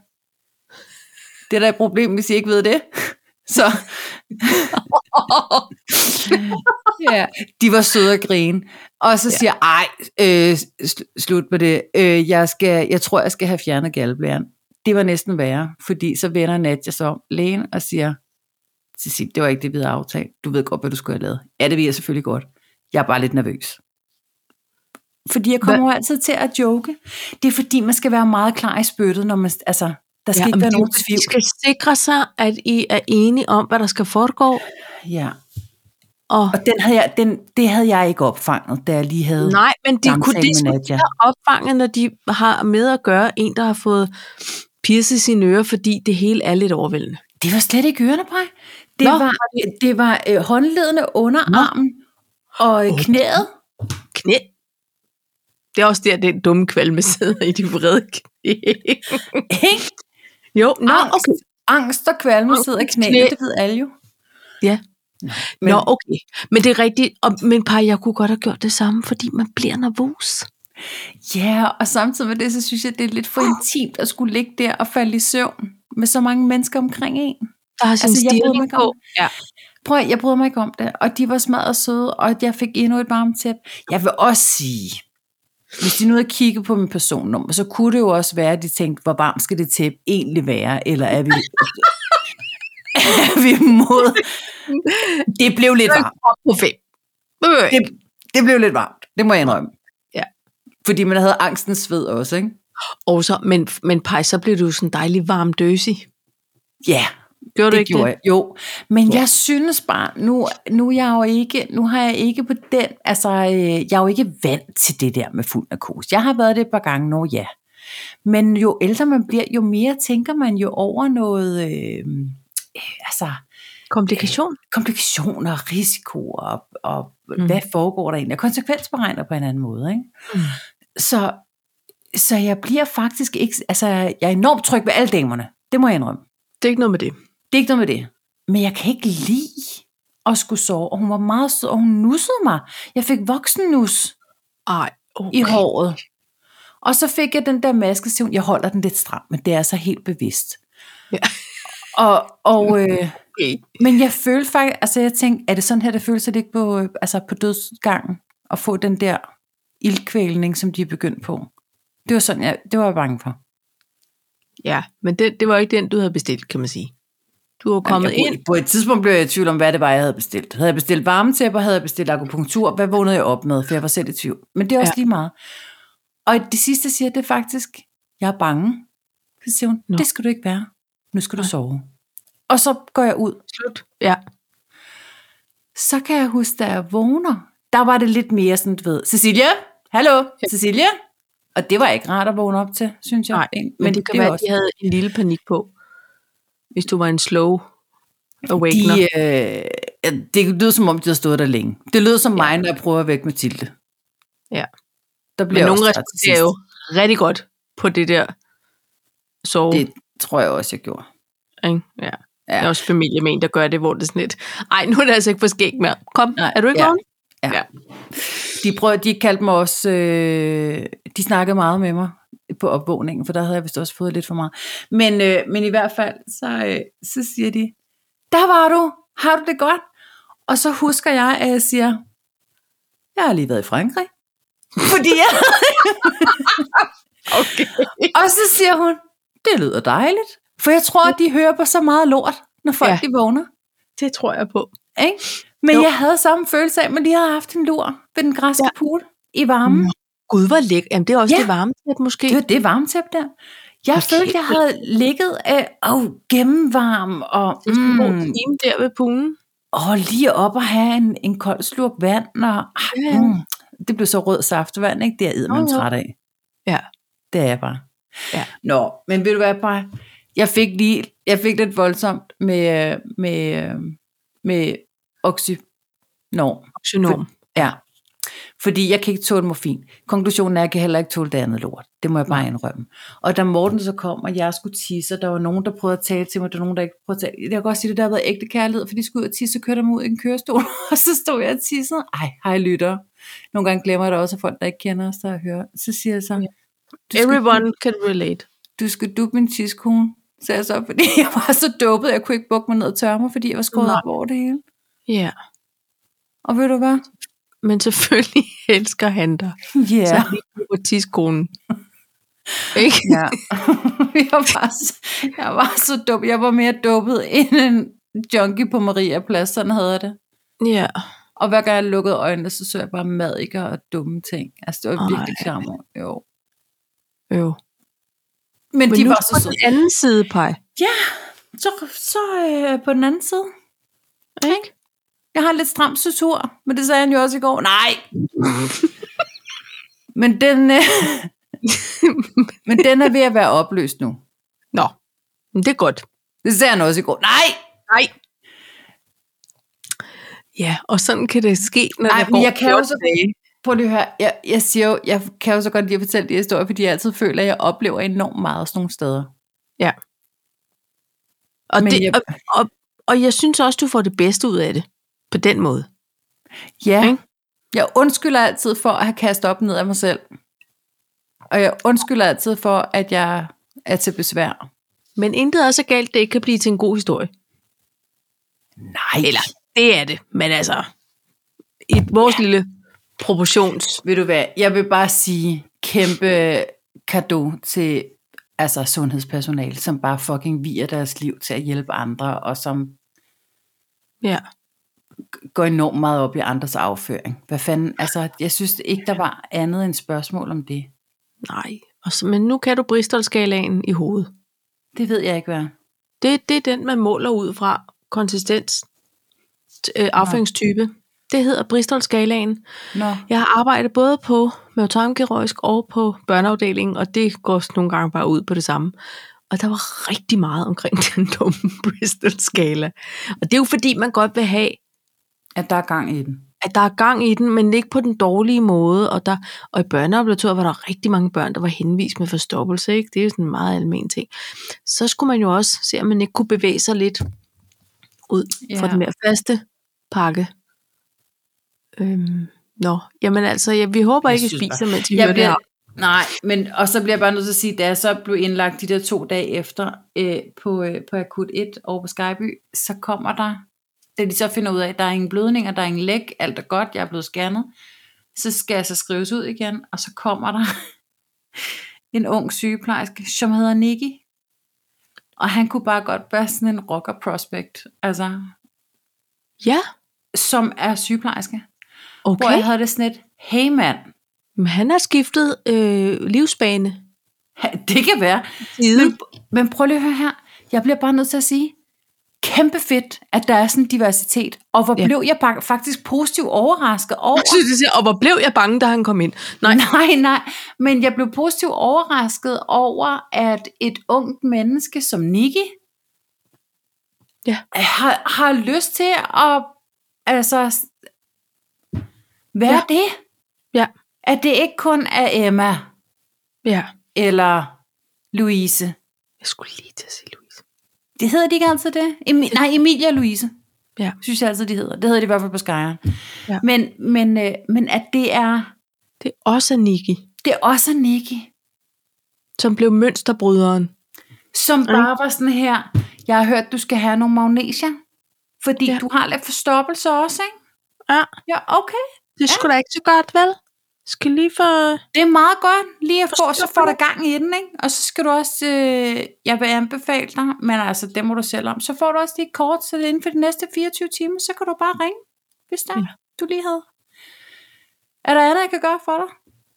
[SPEAKER 2] det er da et problem, hvis I ikke ved det. [LAUGHS] Så. ja, de var søde og grine. Og så siger jeg, ej, øh, sl- slut med det. Øh, jeg, skal, jeg tror, jeg skal have fjernet galblæren. Det var næsten værre, fordi så vender Nadja sig om lægen og siger, Cecilie, det var ikke det, vi havde aftalt. Du ved godt, hvad du skulle have lavet. Ja, det ved jeg selvfølgelig godt. Jeg er bare lidt nervøs. Fordi jeg kommer jo altid til at joke. Det er fordi, man skal være meget klar i spyttet, når man, altså, der skal ja, ikke
[SPEAKER 1] men
[SPEAKER 2] være
[SPEAKER 1] det er
[SPEAKER 2] nogen
[SPEAKER 1] jo,
[SPEAKER 2] tvivl.
[SPEAKER 1] I skal sikre sig, at I er enige om, hvad der skal foregå.
[SPEAKER 2] Ja.
[SPEAKER 1] Og
[SPEAKER 2] Og den havde jeg, den, det havde jeg ikke opfanget, da jeg lige havde...
[SPEAKER 1] Nej, men de kunne
[SPEAKER 2] samtale
[SPEAKER 1] det
[SPEAKER 2] med Nadia.
[SPEAKER 1] skulle opfange, når de har med at gøre en, der har fået pierced sine ører, fordi det hele er lidt overvældende.
[SPEAKER 2] Det var slet ikke ørerne, Paj. Det
[SPEAKER 1] Nå.
[SPEAKER 2] var, det var øh, håndledene under armen og øh, knæet.
[SPEAKER 1] Knæ. Det er også der, den dumme kvalme sidder i de vrede knæ.
[SPEAKER 2] Ikke?
[SPEAKER 1] jo, nå,
[SPEAKER 2] Angst,
[SPEAKER 1] okay.
[SPEAKER 2] angst og kvalme
[SPEAKER 1] Angst,
[SPEAKER 2] sidder i knæet,
[SPEAKER 1] knæ.
[SPEAKER 2] det ved alle jo.
[SPEAKER 1] Ja.
[SPEAKER 2] Men,
[SPEAKER 1] nå, okay. Men det er rigtigt. Og, men par, jeg kunne godt have gjort det samme, fordi man bliver nervøs.
[SPEAKER 2] Ja, og samtidig med det, så synes jeg, det er lidt for intimt at skulle ligge der og falde i søvn med så mange mennesker omkring en.
[SPEAKER 1] Der har sin
[SPEAKER 2] Altså,
[SPEAKER 1] altså,
[SPEAKER 2] jeg bryder mig
[SPEAKER 1] stilling
[SPEAKER 2] ikke
[SPEAKER 1] på.
[SPEAKER 2] om-
[SPEAKER 1] Ja.
[SPEAKER 2] Prøv at- jeg bryder mig ikke om det. Og de var smadret søde, og jeg fik endnu et varmt tæp. Jeg vil også sige, Hvis de nu havde kigget på min personnummer, så kunne det jo også være, at de tænkte, hvor varmt skal det tæppe egentlig være, eller er vi, [LAUGHS] er vi mod... Det blev lidt varmt.
[SPEAKER 1] På fem. Øh,
[SPEAKER 2] Det, det blev lidt varmt, det må jeg indrømme.
[SPEAKER 1] Ja.
[SPEAKER 2] Fordi man havde angstens sved også, ikke?
[SPEAKER 1] Og så, men, men pej, så blev du sådan dejlig varm døsig.
[SPEAKER 2] Ja,
[SPEAKER 1] Gjorde du
[SPEAKER 2] det
[SPEAKER 1] ikke
[SPEAKER 2] gjorde
[SPEAKER 1] det?
[SPEAKER 2] jeg. Jo, men ja. jeg synes bare, nu, nu, er jeg jo ikke, nu har jeg ikke på den, altså øh, jeg er jo ikke vant til det der med fuld narkose. Jeg har været det et par gange nu, ja. Men jo ældre man bliver, jo mere tænker man jo over noget, øh, øh, altså
[SPEAKER 1] Komplikation?
[SPEAKER 2] komplikationer, risikoer, og, og mm.
[SPEAKER 1] Mm.
[SPEAKER 2] hvad foregår der egentlig, og konsekvensberegner på en anden måde. Ikke?
[SPEAKER 1] Mm.
[SPEAKER 2] Så, så jeg bliver faktisk ikke, altså jeg er enormt tryg ved alle damerne, det må jeg indrømme.
[SPEAKER 1] Det er ikke noget med det.
[SPEAKER 2] Det er ikke noget med det. Men jeg kan ikke lide at skulle sove, og hun var meget sød, og hun nussede mig. Jeg fik voksennus
[SPEAKER 1] Ej, okay.
[SPEAKER 2] i håret. Og så fik jeg den der maske, så siger hun, jeg holder den lidt stram, men det er så helt bevidst.
[SPEAKER 1] Ja.
[SPEAKER 2] [LAUGHS] Og, og øh,
[SPEAKER 1] Okay.
[SPEAKER 2] men jeg følte faktisk, altså jeg tænkte, er det sådan her, det føles at ligge på, øh, altså på dødsgangen, og få den der ildkvælning, som de er begyndt på. Det var sådan, jeg, det var jeg bange for.
[SPEAKER 1] Ja, men det, det var ikke den, du havde bestilt, kan man sige. Du var kommet
[SPEAKER 2] jeg,
[SPEAKER 1] ind.
[SPEAKER 2] På et tidspunkt blev jeg i tvivl om, hvad det var, jeg havde bestilt. Havde jeg bestilt varmetæpper, havde jeg bestilt akupunktur, hvad vågnede jeg op med, for jeg var selv i tvivl. Men det er også ja.
[SPEAKER 1] Ja.
[SPEAKER 2] lige meget. Og det sidste siger det er faktisk, jeg er bange. Så siger hun,
[SPEAKER 1] Nå.
[SPEAKER 2] det skal du ikke være. Nu skal du
[SPEAKER 1] Nej.
[SPEAKER 2] sove. Og så går jeg ud.
[SPEAKER 1] Slut. Ja.
[SPEAKER 2] Så kan jeg huske, da jeg vågner, der var det lidt mere sådan, du ved, Cecilia, hallo, Cecilia. Og det var ikke rart at vågne op til, synes jeg.
[SPEAKER 1] Nej,
[SPEAKER 2] men,
[SPEAKER 1] Men, men det kan
[SPEAKER 2] er
[SPEAKER 1] være, at
[SPEAKER 2] også-
[SPEAKER 1] de havde en lille panik på, hvis du var en slow awakener.
[SPEAKER 2] De, øh, ja, det lyder som om, de har stået der længe. Det lyder som ja. mig, når jeg prøver at vække Mathilde.
[SPEAKER 1] Ja.
[SPEAKER 2] Der bliver
[SPEAKER 1] men
[SPEAKER 2] jeg
[SPEAKER 1] nogen
[SPEAKER 2] også træt til
[SPEAKER 1] responderer
[SPEAKER 2] sidst.
[SPEAKER 1] jo rigtig godt på det der sove. Det,
[SPEAKER 2] Det tror jeg også, jeg gjorde.
[SPEAKER 1] ikke? Ja. Jeg er også familie med en, der gør det, hvor det er sådan lidt, ej, nu er det altså ikke for skæg mere. Kom,
[SPEAKER 2] Nej,
[SPEAKER 1] er du ikke
[SPEAKER 2] ja.
[SPEAKER 1] vågen?
[SPEAKER 2] De, prøver, de kaldte mig også... Øh, de snakkede meget med mig på opvågningen, for der havde jeg vist også fået lidt for meget. Men, øh, men i hvert fald, så, øh, så siger de, der var du, har du det godt? Og så husker jeg, at jeg siger, jeg har lige været i
[SPEAKER 1] [LAUGHS]
[SPEAKER 2] Frankrig. Fordi jeg
[SPEAKER 1] Okay.
[SPEAKER 2] Og så siger hun, det lyder dejligt. For jeg tror, at de hører på så meget lort, når folk ja.
[SPEAKER 1] Ja.
[SPEAKER 2] de vågner.
[SPEAKER 1] Det tror jeg på.
[SPEAKER 2] Ikke? Men jo.
[SPEAKER 1] Jo.
[SPEAKER 2] jeg havde samme følelse af, at man lige havde haft en lur ved den græske ja.
[SPEAKER 1] Ja.
[SPEAKER 2] pool i varmen. Mm.
[SPEAKER 1] Nå. Gud, hvor lækker. Jamen, det er også
[SPEAKER 2] Ja.
[SPEAKER 1] ja. det varme tæt, måske.
[SPEAKER 2] Det var det varmtæppe der. Jeg okay.
[SPEAKER 1] Okay.
[SPEAKER 2] følte, jeg havde ligget øh, åh, gennemvarm og
[SPEAKER 1] Det er sådan en god
[SPEAKER 2] mm,
[SPEAKER 1] time der ved poolen.
[SPEAKER 2] og lige op og have en, en kold slurk vand. Og, ah,
[SPEAKER 1] Ja.
[SPEAKER 2] mm, det blev så rød saftevand, ikke? Det er jeg man
[SPEAKER 1] Jo, jo.
[SPEAKER 2] træt af.
[SPEAKER 1] Ja.
[SPEAKER 2] Det er jeg bare.
[SPEAKER 1] Ja.
[SPEAKER 2] Nå, men ved du hvad, bare, jeg fik lige, jeg fik lidt voldsomt med, øh, med, øh, med oxynorm.
[SPEAKER 1] Oxynorm.
[SPEAKER 2] Ja. Fordi jeg kan ikke tåle morfin. Konklusionen er, at jeg kan heller ikke tåle det andet lort. Det må jeg bare indrømme. Og da Morten så kom, og jeg skulle tisse, og der var nogen, der prøvede at tale til mig, der var nogen, der ikke prøvede at tale. Jeg kan godt sige, at det der har været ægte kærlighed, for de skulle ud og tisse, og kørte dem ud i en kørestol, [LAUGHS] og så stod jeg og tissede. Ej, hej lytter. Nogle gange glemmer jeg det også, at folk, der ikke kender os, der hører. Så siger jeg så, du skal,
[SPEAKER 1] Everyone can relate.
[SPEAKER 2] du skal duppe min tidskone, sagde jeg så, fordi [LAUGHS] jeg var så dopet, jeg kunne ikke bukke mig ned og tørre mig, fordi jeg var skåret
[SPEAKER 1] Nej.
[SPEAKER 2] op over det hele.
[SPEAKER 1] Ja. Yeah.
[SPEAKER 2] Og ved du hvad?
[SPEAKER 1] Men selvfølgelig [LAUGHS] elsker han dig.
[SPEAKER 2] Ja.
[SPEAKER 1] Ja. Så er vi på
[SPEAKER 2] [LAUGHS]
[SPEAKER 1] tidskonen. Ikke?
[SPEAKER 2] Ja. [LAUGHS] jeg, var så, jeg var så dum. Jeg var mere dopet end en junkie på Maria Plads. Sådan havde jeg det.
[SPEAKER 1] Ja.
[SPEAKER 2] Og hver gang jeg lukkede øjnene, så så jeg bare madikker og dumme ting. Altså, det var virkelig
[SPEAKER 1] Ej.
[SPEAKER 2] klammer. Jo.
[SPEAKER 1] Jo.
[SPEAKER 2] Men, Men
[SPEAKER 1] Men
[SPEAKER 2] de
[SPEAKER 1] nu
[SPEAKER 2] var
[SPEAKER 1] er du
[SPEAKER 2] så
[SPEAKER 1] på
[SPEAKER 2] søde.
[SPEAKER 1] den anden side, Paj.
[SPEAKER 2] Ja, så, så øh, på den anden side.
[SPEAKER 1] Ikke?
[SPEAKER 2] Jeg har en lidt stram sutur, men det sagde han jo også i går.
[SPEAKER 1] [LAUGHS]
[SPEAKER 2] Nej! men, den, øh, [LAUGHS] men den er ved at være opløst nu.
[SPEAKER 1] Nå. Men det er godt.
[SPEAKER 2] Det sagde han også i går. Nej!
[SPEAKER 1] Nej. Ja, og sådan kan det ske, når
[SPEAKER 2] Ej,
[SPEAKER 1] der
[SPEAKER 2] men
[SPEAKER 1] går
[SPEAKER 2] jeg kan jo
[SPEAKER 1] 14
[SPEAKER 2] så-
[SPEAKER 1] dage.
[SPEAKER 2] Prøv lige at høre, jeg, jeg, siger jo, jeg kan jo så godt lide at fortælle de her historier, fordi jeg altid føler, at jeg oplever enormt meget sådan nogle steder.
[SPEAKER 1] Og,
[SPEAKER 2] Men
[SPEAKER 1] det,
[SPEAKER 2] jeg-
[SPEAKER 1] og, og, og jeg synes også, du får det bedste ud af det. På den måde.
[SPEAKER 2] Ja.
[SPEAKER 1] Ikke?
[SPEAKER 2] Jeg undskylder altid for at have kastet op ned af mig selv. Og jeg undskylder altid for, at jeg er til besvær.
[SPEAKER 1] Men intet er så galt, det ikke kan blive til en god historie.
[SPEAKER 2] Nej. Eller,
[SPEAKER 1] Eller, det er det. Men altså, i vores lille proportions...
[SPEAKER 2] ved du hvad, jeg vil bare sige, kæmpe gave til altså sundhedspersonale, som bare fucking virer deres liv til at hjælpe andre, og som
[SPEAKER 1] Ja.
[SPEAKER 2] går enormt meget op i andres afføring. Hvad fanden, altså, jeg synes ikke, der var andet end spørgsmål om det.
[SPEAKER 1] Nej. Og så, men nu kan du Bristol-skalaen i hovedet.
[SPEAKER 2] Det ved jeg ikke, hvad. er.
[SPEAKER 1] Det, det er den, man måler ud fra. Konsistens. t- Øh, afføringstype. Det hedder Bristol-skalaen.
[SPEAKER 2] Nå,
[SPEAKER 1] Jeg har arbejdet både på mavetarmkirurgisk og på børneafdelingen, og det går s- nogle gange bare ud på det samme. Og der var rigtig meget omkring [LAUGHS] den dumme Bristol-skala. Og det er jo fordi, man godt vil have,
[SPEAKER 2] at der er gang i den.
[SPEAKER 1] at der er gang i den, men ikke på den dårlige måde. Og, der, og i børneambulatoriet var der rigtig mange børn, der var henvist med forstoppelse. Ikke? Det er jo sådan en meget almen ting. Så skulle man jo også se, om man ikke kunne bevæge sig lidt ud ja. fra
[SPEAKER 2] Ja.
[SPEAKER 1] den mere faste pakke. Øhm, nå, jamen altså, ja, vi håber
[SPEAKER 2] Jeg
[SPEAKER 1] ikke, I
[SPEAKER 2] synes
[SPEAKER 1] spiser, mens I hører
[SPEAKER 2] Jeg
[SPEAKER 1] det
[SPEAKER 2] bliver,
[SPEAKER 1] her.
[SPEAKER 2] nej, men og så bliver jeg bare nødt til at sige, da jeg så blev indlagt de der to dage efter øh, på, øh, på akut 1 over på Skyby, så kommer der, da de så finder ud af, at der er ingen blødninger, der er ingen læk, alt er godt, jeg er blevet scannet, så skal jeg så skrives ud igen, og så kommer der [LAUGHS] en ung sygeplejerske, som hedder Nicky, og han kunne bare godt være sådan en rocker prospect, altså,
[SPEAKER 1] Ja,
[SPEAKER 2] som er sygeplejerske. Okay. Hvor
[SPEAKER 1] okay.
[SPEAKER 2] jeg havde det sådan et, hey mand,
[SPEAKER 1] Men han har skiftet øh, livsbane.
[SPEAKER 2] det kan være, Men, men prøv lige at høre her. Jeg bliver bare nødt til at sige, kæmpe fedt, at der er sådan en diversitet. Og hvor
[SPEAKER 1] Ja.
[SPEAKER 2] ja. blev jeg bak- faktisk positivt overrasket over...
[SPEAKER 1] Jeg synes, det siger, og hvor blev jeg bange, da han kom ind? Nej,
[SPEAKER 2] [LAUGHS] Nej, nej. Men jeg blev positivt overrasket over, at et ungt menneske som Nicky
[SPEAKER 1] Ja.
[SPEAKER 2] har, har lyst til at altså, s- være
[SPEAKER 1] Ja.
[SPEAKER 2] ja. det.
[SPEAKER 1] Ja.
[SPEAKER 2] At det ikke kun er Emma
[SPEAKER 1] ja.
[SPEAKER 2] eller Louise.
[SPEAKER 1] Jeg skulle lige til at sige, Louise.
[SPEAKER 2] Det hedder de ikke altid det? Emi- nej, Emilia og Louise.
[SPEAKER 1] Ja.
[SPEAKER 2] Synes jeg altid, de hedder. Det hedder de i hvert fald på Skyeren.
[SPEAKER 1] Ja.
[SPEAKER 2] Men, men, øh, men at det er,
[SPEAKER 1] Det er også Niki.
[SPEAKER 2] det er også er Nicky,
[SPEAKER 1] som blev mønsterbryderen.
[SPEAKER 2] som bare var sådan her, jeg har hørt, du skal have nogle magnesia, fordi
[SPEAKER 1] Ja.
[SPEAKER 2] ja. du har lidt forstoppelse også, ikke?
[SPEAKER 1] Ja.
[SPEAKER 2] Ja, okay.
[SPEAKER 1] Det skulle da ikke så godt, vel? Skal lige for...
[SPEAKER 2] Det er meget godt lige at få, så får
[SPEAKER 1] Forstoppelse.
[SPEAKER 2] du gang i den, ikke? Og så skal du også, øh, jeg vil anbefale dig, men altså, det må du selv om. Så får du også lige et kort, så inden for de næste 24 timer, så kan du bare ringe, hvis der
[SPEAKER 1] Ja.
[SPEAKER 2] ja. du lige havde. Er der andet, jeg kan gøre for dig?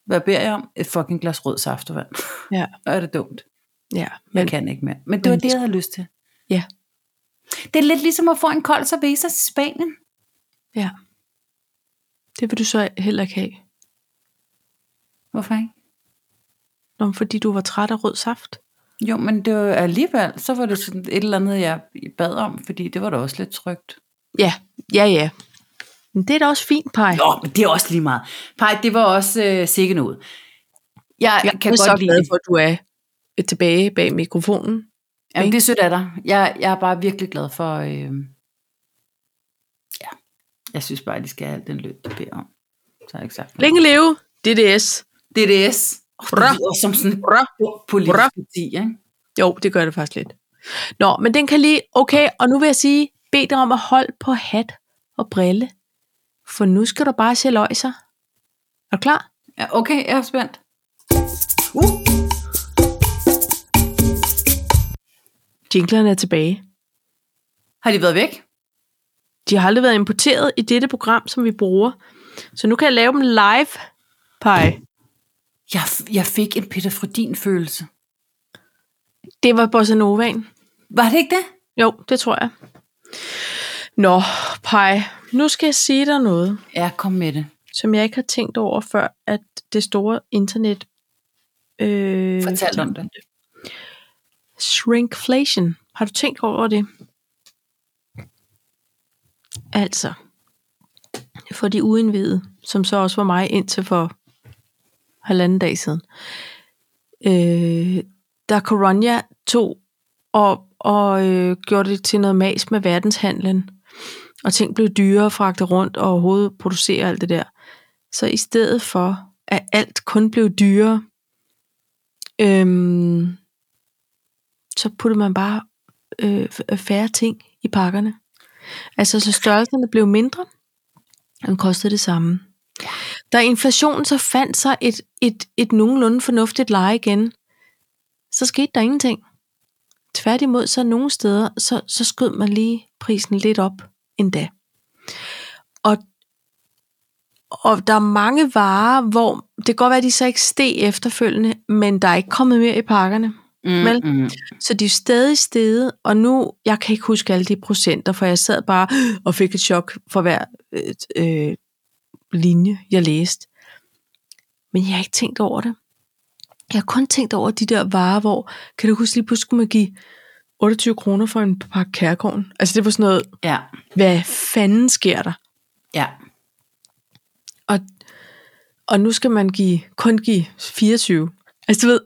[SPEAKER 2] Hvad beder jeg om? Et fucking glas rød saftevand.
[SPEAKER 1] Ja.
[SPEAKER 2] [LAUGHS] Og er det dumt?
[SPEAKER 1] Ja,
[SPEAKER 2] Jeg
[SPEAKER 1] men
[SPEAKER 2] kan ikke mere. Men det
[SPEAKER 1] men
[SPEAKER 2] var
[SPEAKER 1] det
[SPEAKER 2] det, jeg havde lyst til.
[SPEAKER 1] Ja.
[SPEAKER 2] Det er lidt ligesom at få en kold cerveza til Spanien.
[SPEAKER 1] ja. Det vil du så heller ikke have.
[SPEAKER 2] Hvorfor ikke?
[SPEAKER 1] Nå, men fordi du var træt af rød saft.
[SPEAKER 2] Jo, men det var alligevel, så var det sådan et eller andet, jeg bad om, fordi det var da også lidt trygt.
[SPEAKER 1] Ja, ja, ja. Men det er da også fint, Paj.
[SPEAKER 2] Nå, men det er også lige meget. Pej, det var også øh, sikke noget. Jeg,
[SPEAKER 1] jeg
[SPEAKER 2] jeg kan
[SPEAKER 1] er så
[SPEAKER 2] godt lide
[SPEAKER 1] glad
[SPEAKER 2] det.
[SPEAKER 1] for, at du er øh, tilbage bag mikrofonen.
[SPEAKER 2] Jamen, det er sødt af dig. Jeg, jeg er bare virkelig glad for... Øh, ja, jeg synes bare, at de skal have alt den løn, de beder om. Så har jeg ikke sagt. noget.
[SPEAKER 1] Længe leve, DDS.
[SPEAKER 2] DDS. Oh, det
[SPEAKER 1] Bra.
[SPEAKER 2] lyder som sådan
[SPEAKER 1] Bra.
[SPEAKER 2] en politisk
[SPEAKER 1] Bra.
[SPEAKER 2] parti, ikke?
[SPEAKER 1] Jo, det gør det faktisk lidt. Nå, men den kan lige... Okay, og nu vil jeg sige, bed dig om at holde på hat og brille. For nu skal du bare se løjser. Er du klar?
[SPEAKER 2] Ja, okay, jeg er spændt.
[SPEAKER 1] Jinglerne er tilbage.
[SPEAKER 2] Har de været væk?
[SPEAKER 1] De har aldrig været importeret i dette program, som vi bruger. Så nu kan jeg lave dem live, Pej.
[SPEAKER 2] Jeg, jeg fik en Peter Frodin-følelse.
[SPEAKER 1] Det var Bossa Novaen.
[SPEAKER 2] Var det ikke det?
[SPEAKER 1] Jo, det tror jeg. Nå, Pej, nu skal jeg sige dig noget,
[SPEAKER 2] Ja, kom med det.
[SPEAKER 1] som jeg ikke har tænkt over før, at det store internet... Øh,
[SPEAKER 2] Fortæl om det.
[SPEAKER 1] Shrinkflation. Har du tænkt over det? Altså, for de uindvidede, som så også var mig indtil for halvanden dag siden. Øh, da Coronia tog og, og øh, gjorde det til noget mas med verdenshandlen, og ting blev dyrere at fragte rundt og overhovedet producere alt det der. Så i stedet for, at alt kun blev dyrere, øhm, så puttede man bare øh, f- færre ting i pakkerne. Altså, så størrelserne blev mindre, og den kostede det samme. Da inflationen så fandt sig et, et, et nogenlunde fornuftigt leje igen, så skete der ingenting. Tværtimod så nogle steder, så, så skød man lige prisen lidt op endda. Og, og der er mange varer, hvor det kan godt være, at de så ikke steg efterfølgende, men der er ikke kommet mere i pakkerne.
[SPEAKER 2] Mm,
[SPEAKER 1] Vel?
[SPEAKER 2] mm.
[SPEAKER 1] Så de er stadig steget, og nu, jeg kan ikke huske alle de procenter, for jeg sad bare og fik et chok for hver øh, øh, linje, jeg læste. Men jeg har ikke tænkt over det. Jeg har kun tænkt over de der varer, hvor, kan du huske lige pludselig, skulle man give 28 kroner for en pakke kærgården. Altså det var sådan noget,
[SPEAKER 2] Ja,
[SPEAKER 1] hvad fanden sker der?
[SPEAKER 2] ja.
[SPEAKER 1] Og, og nu skal man give, kun give 24. Altså du ved,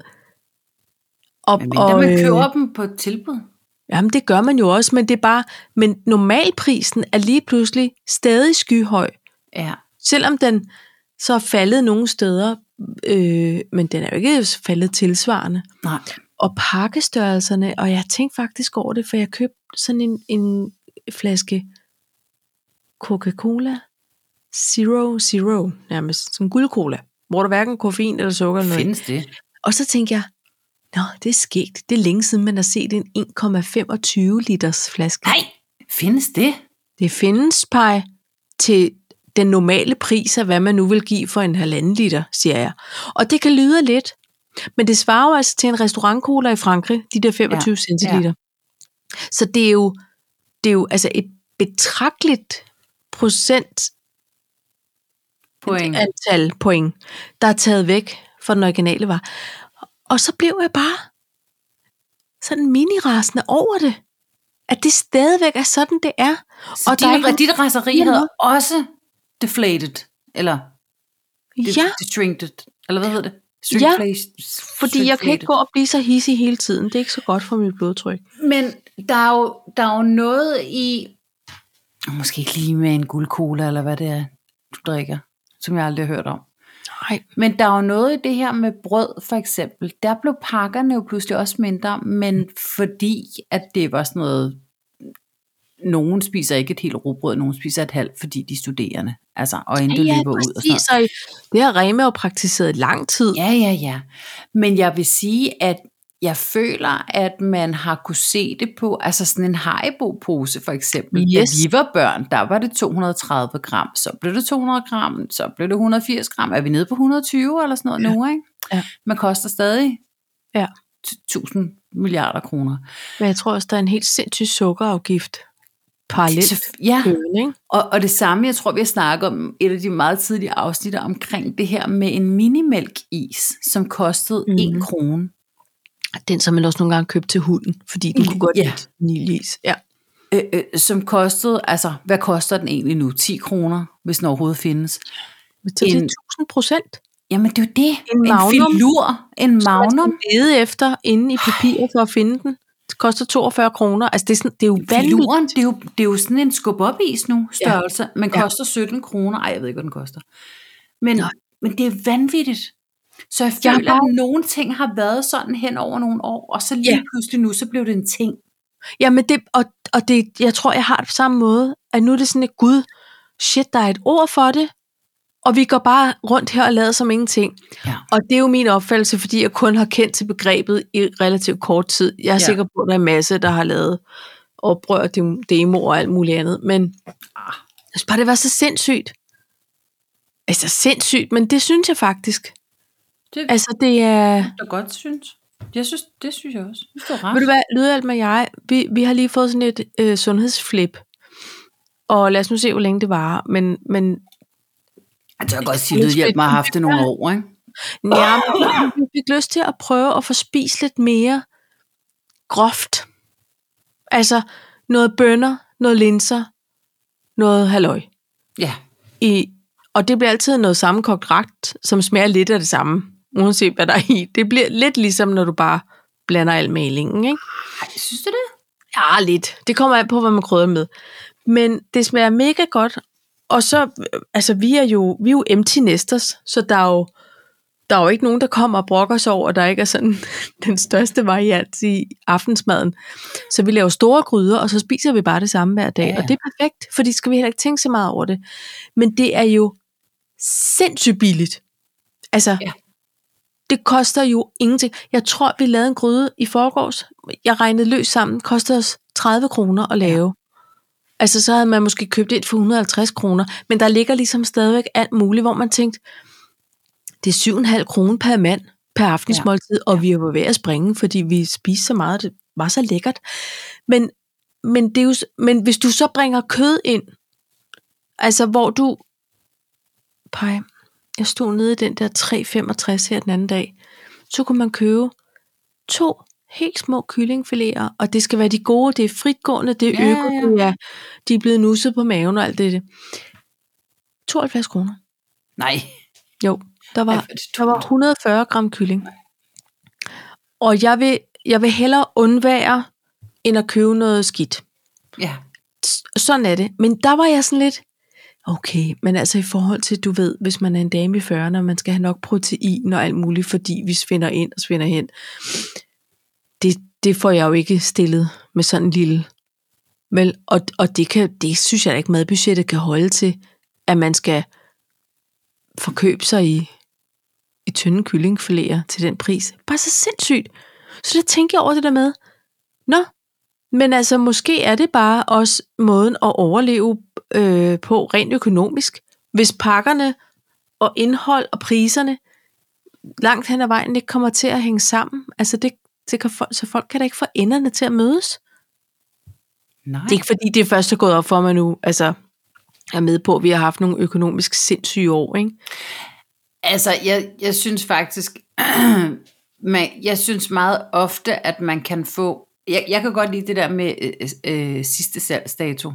[SPEAKER 1] og,
[SPEAKER 2] Men og, man
[SPEAKER 1] øh,
[SPEAKER 2] køber dem på et tilbud.
[SPEAKER 1] Jamen det gør man jo også, men det er bare, men normalprisen er lige pludselig stadig skyhøj,
[SPEAKER 2] Ja.
[SPEAKER 1] selvom den så er faldet nogle steder, øh, men den er jo ikke faldet tilsvarende.
[SPEAKER 2] Nej.
[SPEAKER 1] Og pakkestørrelserne, og jeg tænkte faktisk over det, for jeg købte sådan en, en flaske Coca-Cola Zero Zero, nærmest sådan guldcola, hvor der hverken koffein eller sukker eller noget.
[SPEAKER 2] Findes det?
[SPEAKER 1] Og så tænkte jeg, Nå, det er skægt. Det er længe siden, man har set en 1,25 liters flaske.
[SPEAKER 2] Nej, findes det?
[SPEAKER 1] Det findes, pej, til den normale pris af, hvad man nu vil give for en halvanden liter, siger jeg. Og det kan lyde af lidt, men det svarer jo altså til en restaurantcola i Frankrig, de der 25 ja, centiliter. Så det er jo, det er jo altså et betragteligt procentantal
[SPEAKER 2] Point.
[SPEAKER 1] point, der er taget væk fra den originale var. Og så blev jeg bare sådan minirasende over det. At det stadigvæk er sådan, det er.
[SPEAKER 2] Så og
[SPEAKER 1] og der er
[SPEAKER 2] din,
[SPEAKER 1] ikke
[SPEAKER 2] der
[SPEAKER 1] nogen-
[SPEAKER 2] dit raseri
[SPEAKER 1] Ja,
[SPEAKER 2] havde også deflated, eller det,
[SPEAKER 1] Ja,
[SPEAKER 2] det shrinked, eller hvad hedder det?
[SPEAKER 1] Ja,
[SPEAKER 2] Shrinkfla-
[SPEAKER 1] fordi jeg kan ikke
[SPEAKER 2] shrinkflated.
[SPEAKER 1] gå og blive så hissig hele tiden. Det er ikke så godt for mit blodtryk.
[SPEAKER 2] Men der er jo, der er jo noget i... Og Måske ikke lige med en guldcola, eller hvad det er, du drikker, som jeg aldrig har hørt om.
[SPEAKER 1] Nej.
[SPEAKER 2] Men der er jo noget i det her med brød, for eksempel. Der blev pakkerne jo pludselig også mindre, men fordi at det var sådan noget... Nogen spiser ikke et helt rugbrød, nogen spiser et halvt, fordi de er studerende. Altså, og inden du
[SPEAKER 1] ja,
[SPEAKER 2] lever ud og sådan noget.
[SPEAKER 1] præcis. Og det har Rema jo praktiseret i lang tid.
[SPEAKER 2] Ja, ja, ja. Men jeg vil sige, at jeg føler, at man har kunne se det på, altså sådan en Haribo-pose for eksempel. Da
[SPEAKER 1] Yes.
[SPEAKER 2] vi var børn, der var det 230 gram, så blev det 200 gram, så blev det 180 gram. Er vi nede på 120 eller sådan noget
[SPEAKER 1] Ja.
[SPEAKER 2] ja. nu, ikke?
[SPEAKER 1] Ja.
[SPEAKER 2] Man koster stadig
[SPEAKER 1] Ja.
[SPEAKER 2] 1000 milliarder kroner.
[SPEAKER 1] Men jeg tror også, der er en helt sindssyg sukkerafgift parallelt.
[SPEAKER 2] Så- Ja,
[SPEAKER 1] kørende, ikke?
[SPEAKER 2] og, og det samme, jeg tror, vi har snakket om i et af de meget tidlige afsnit omkring det her med en minimælkis, som kostede
[SPEAKER 1] Mhm.
[SPEAKER 2] 1 krone.
[SPEAKER 1] Den, som man også nogle gange købte til hunden, fordi den kunne godt
[SPEAKER 2] Ja.
[SPEAKER 1] ja. lide vaniljeis. Ja.
[SPEAKER 2] øh, øh, som kostede, altså hvad koster den egentlig nu? 10 kroner, hvis den overhovedet findes.
[SPEAKER 1] Men så er det
[SPEAKER 2] En-
[SPEAKER 1] 1000 procent.
[SPEAKER 2] Jamen det er jo det.
[SPEAKER 1] En Magnum.
[SPEAKER 2] filur, en magnum.
[SPEAKER 1] Man skal lede efter inde i papirer for at finde den. Det koster 42 kroner. Altså, det er, sådan, det er jo vanvittigt.
[SPEAKER 2] Filuren, det er, jo, det er jo sådan en skub op is nu, størrelse. Man
[SPEAKER 1] Ja.
[SPEAKER 2] koster 17 kroner. Ej, jeg ved ikke, hvad den koster. Men,
[SPEAKER 1] Nej.
[SPEAKER 2] men det er vanvittigt. Så jeg
[SPEAKER 1] Jeg har
[SPEAKER 2] føler, bare... at nogle ting har været sådan hen over nogle år, og så lige
[SPEAKER 1] Ja.
[SPEAKER 2] ja. pludselig nu, så blev det en ting.
[SPEAKER 1] Jamen det, og, og det, jeg tror, jeg har det på samme måde, at nu er det sådan et gud, shit, der er et ord for det, og vi går bare rundt her og lader som ingenting.
[SPEAKER 2] Ja.
[SPEAKER 1] Og det er jo min opfattelse, fordi jeg kun har kendt til begrebet i relativt kort tid. Jeg er ja.
[SPEAKER 2] Ja.
[SPEAKER 1] sikker på, at der er en masse, der har lavet oprør, dem- demoer og alt muligt andet, men jeg
[SPEAKER 2] Ah.
[SPEAKER 1] synes bare, det var så sindssygt. Altså sindssygt, men det synes jeg faktisk.
[SPEAKER 2] Det er
[SPEAKER 1] Altså det er...
[SPEAKER 2] jeg godt synes. Jeg synes, det synes jeg også. Det er
[SPEAKER 1] Ved du hvad, Lydhjælp med jeg, vi, vi har lige fået sådan et øh, sundhedsflip. Og lad os nu se, hvor længe det varer. Men, men
[SPEAKER 2] Altså, jeg kan godt sige, at Lydhjælp har haft det nogle år, ikke?
[SPEAKER 1] ja, men vi fik lyst til at prøve at få spist lidt mere groft. Altså noget bønner, noget linser, noget halløj.
[SPEAKER 2] Ja.
[SPEAKER 1] I, og det bliver altid noget sammenkogt ret, som smager lidt af det samme, uanset hvad der er i. Det bliver lidt ligesom, når du bare blander al malingen, ikke?
[SPEAKER 2] Ej, synes du det?
[SPEAKER 1] Ja, lidt. Det kommer an på, hvad man krydder med. Men det smager mega godt. Og så, øh, altså vi er jo, vi er jo empty nesters, så der er jo, der er jo ikke nogen, der kommer og brokker sig over, at der ikke er sådan [LAUGHS] den største variant i aftensmaden. Så vi laver store gryder, og så spiser vi bare det samme hver dag.
[SPEAKER 2] Ja,
[SPEAKER 1] Ja,
[SPEAKER 2] ja.
[SPEAKER 1] Og det er perfekt, fordi skal vi heller ikke tænke så meget over det. Men det er jo sindssygt billigt. Altså,
[SPEAKER 2] Ja.
[SPEAKER 1] ja. det koster jo ingenting. Jeg tror, vi lavede en gryde i forgårs. Jeg regnede løs sammen. Kostede os 30 kroner at lave. Altså, så havde man måske købt et for 150 kroner. Men der ligger ligesom stadigvæk alt muligt, hvor man tænkte, det er 7,5 kroner per mand per aftensmåltid, ja. og vi var ved at springe, fordi vi spiste så meget, det var så lækkert. Men, men, det er jo, s- men hvis du så bringer kød ind, altså hvor du... Pej, jeg stod nede i den der 3,65 her den anden dag, så kunne man købe to helt små kyllingfiléer, og det skal være de gode, det er fritgående, det er
[SPEAKER 2] Ja,
[SPEAKER 1] ja,
[SPEAKER 2] ja,
[SPEAKER 1] øko, ja. Ja, de er blevet nusset på maven og alt det. 72 kroner.
[SPEAKER 2] Nej.
[SPEAKER 1] Jo, der var,
[SPEAKER 2] Ej, hvor er det
[SPEAKER 1] der var
[SPEAKER 2] dumt.
[SPEAKER 1] 140 gram kylling. Og jeg vil, jeg vil hellere undvære, end at købe noget skidt.
[SPEAKER 2] Ja.
[SPEAKER 1] S- Sådan er det. Men der var jeg sådan lidt, okay, men altså i forhold til, du ved, hvis man er en dame i 40'erne, og man skal have nok protein og alt muligt, fordi vi svinder ind og svinder hen. Det, det får jeg jo ikke stillet med sådan en lille... Vel, og, og det, kan, det synes jeg da ikke, madbudgettet kan holde til, at man skal forkøbe sig i, i tynde kyllingfiléer til den pris. Bare så sindssygt. Så der tænker jeg over det der med, nå, men altså måske er det bare også måden at overleve øh, på rent økonomisk. Hvis pakkerne og indhold og priserne langt hen ad vejen ikke kommer til at hænge sammen, altså det, det kan folk, så folk kan da ikke få enderne til at mødes.
[SPEAKER 2] Nej.
[SPEAKER 1] Det er ikke fordi, det først er gået op for mig nu. Altså, jeg er med på, at vi har haft nogle økonomisk sindssyge år, ikke?
[SPEAKER 2] Altså, jeg, jeg synes faktisk, [CLEARS THROAT] man, jeg synes meget ofte, at man kan få... Jeg, jeg kan godt lide det der med øh, øh, sidste salgsdato.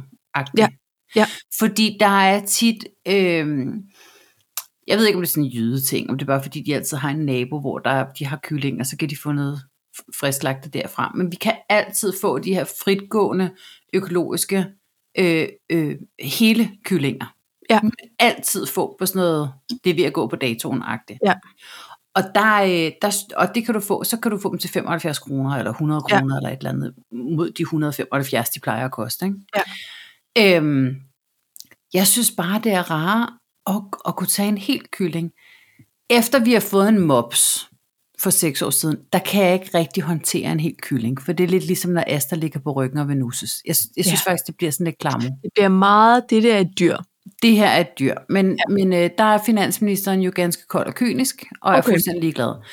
[SPEAKER 1] Ja, ja.
[SPEAKER 2] Fordi der er tit... Øh, jeg ved ikke, om det er sådan en jydeting, om det er bare fordi, de altid har en nabo, hvor der, de har kylling, og så kan de få noget frisklagte derfra. Men vi kan altid få de her fritgående, økologiske, øh, øh, hele kyllinger.
[SPEAKER 1] Ja.
[SPEAKER 2] Man kan altid få på sådan noget, det er ved at gå på datoen -agtigt.
[SPEAKER 1] Ja.
[SPEAKER 2] Og, der, øh, der, og det kan du få, så kan du få dem til 75 kroner, eller 100
[SPEAKER 1] Ja.
[SPEAKER 2] kroner, ja. eller et eller andet, mod de 175, de plejer at koste. Ikke?
[SPEAKER 1] Ja.
[SPEAKER 2] Øhm, jeg synes bare, det er rarere at, at kunne tage en hel kylling. Efter vi har fået en mops for seks år siden, der kan jeg ikke rigtig håndtere en hel kylling, for det er lidt ligesom, når Asta ligger på ryggen og vil nusses. Jeg, jeg synes ja. faktisk, det bliver sådan lidt klamme.
[SPEAKER 1] Det bliver meget, det der er et dyr.
[SPEAKER 2] Det her er et dyr, men, ja. men øh, der er finansministeren jo ganske kold og kynisk, og okay. er
[SPEAKER 1] Okay.
[SPEAKER 2] fuldstændig ligeglad.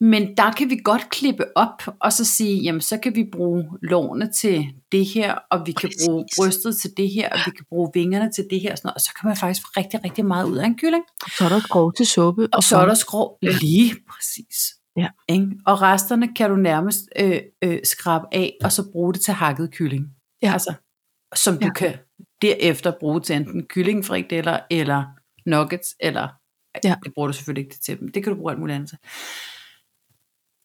[SPEAKER 2] Men der kan vi godt klippe op, og så sige, jamen så kan vi bruge lårene til det her, og vi kan
[SPEAKER 1] Præcis.
[SPEAKER 2] bruge brystet til det her, og vi kan bruge vingerne til det her, og, sådan noget. og så kan man faktisk få rigtig, rigtig meget ud af en kylling.
[SPEAKER 1] Så er der grov til suppe.
[SPEAKER 2] Og så er der skrå
[SPEAKER 1] Ja.
[SPEAKER 2] lige præcis.
[SPEAKER 1] Ja.
[SPEAKER 2] Ikke? Og resterne kan du nærmest øh, øh, skrabe af, og så bruge det til hakket kylling.
[SPEAKER 1] Ja.
[SPEAKER 2] Altså, som du
[SPEAKER 1] Ja.
[SPEAKER 2] kan derefter bruge til enten kyllingfrikadeller, eller nuggets, eller
[SPEAKER 1] Ja.
[SPEAKER 2] det bruger du selvfølgelig ikke til dem. Det kan du bruge alt muligt andet til.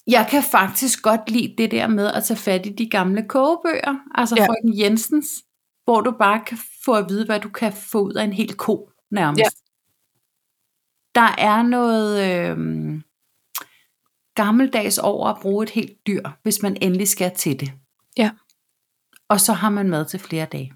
[SPEAKER 2] Jeg kan faktisk godt lide det der med at tage fat i de gamle kogebøger, altså ja.
[SPEAKER 1] Ja.
[SPEAKER 2] frøken Jensens, hvor du bare kan få at vide, hvad du kan få ud af en hel ko nærmest.
[SPEAKER 1] Ja.
[SPEAKER 2] Ja. Der er noget øh, gammeldags over at bruge et helt dyr, hvis man endelig skal til det.
[SPEAKER 1] Ja.
[SPEAKER 2] Og så har man mad til flere dage.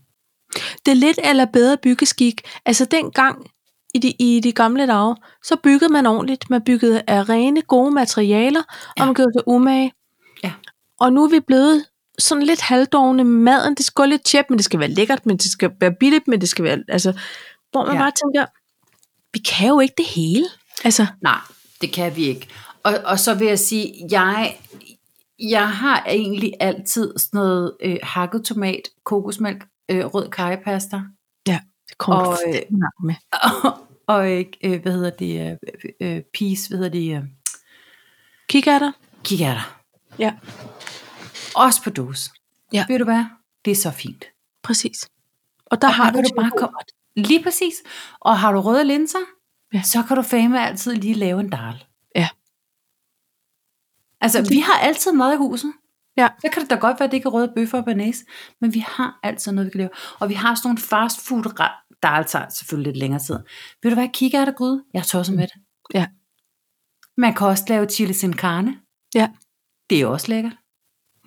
[SPEAKER 1] Det er lidt eller bedre byggeskik. Altså dengang i de, i de gamle dage, så byggede man ordentligt. Man byggede af rene, gode materialer, ja.
[SPEAKER 2] Ja.
[SPEAKER 1] og man gjorde sig umage.
[SPEAKER 2] Ja.
[SPEAKER 1] Og nu er vi blevet sådan lidt halvdårne med maden. Det skal gå lidt tjep, men det skal være lækkert, men det skal være billigt, men det skal være... Altså, hvor man
[SPEAKER 2] Ja.
[SPEAKER 1] ja. bare tænker, vi kan jo ikke det hele. Altså,
[SPEAKER 2] Nej, det kan vi ikke. Og, og så vil jeg sige, jeg, jeg har egentlig altid sådan noget øh, hakket tomat, kokosmælk, øh, rød karrypasta,
[SPEAKER 1] det kommer
[SPEAKER 2] Og,
[SPEAKER 1] og,
[SPEAKER 2] øh,
[SPEAKER 1] øh, med.
[SPEAKER 2] og, [LAUGHS] og øh, hvad hedder det, øh, øh, peas, hvad hedder det, øh,
[SPEAKER 1] Kikærter?
[SPEAKER 2] kikærter.
[SPEAKER 1] Ja,
[SPEAKER 2] Også på dåse.
[SPEAKER 1] Ja.
[SPEAKER 2] Ved du hvad? Det er så fint.
[SPEAKER 1] præcis. Og der har
[SPEAKER 2] kan
[SPEAKER 1] du
[SPEAKER 2] du bare komme. Lige præcis. Og har du røde linser,
[SPEAKER 1] Ja.
[SPEAKER 2] så kan du fame altid lige lave en dal.
[SPEAKER 1] Ja.
[SPEAKER 2] Altså, vi har altid mad i huset.
[SPEAKER 1] Ja.
[SPEAKER 2] Så kan det da godt være, at det ikke er røde bøffer og banæs, men vi har altid noget, vi kan lave. Og vi har sådan nogle fast food re- dal tager selvfølgelig lidt længere tid. Ved du hvad, kigger er der gryde? Jeg er tosset med det.
[SPEAKER 1] Ja.
[SPEAKER 2] Man kan også lave chili sin carne.
[SPEAKER 1] Ja.
[SPEAKER 2] Det er også lækkert.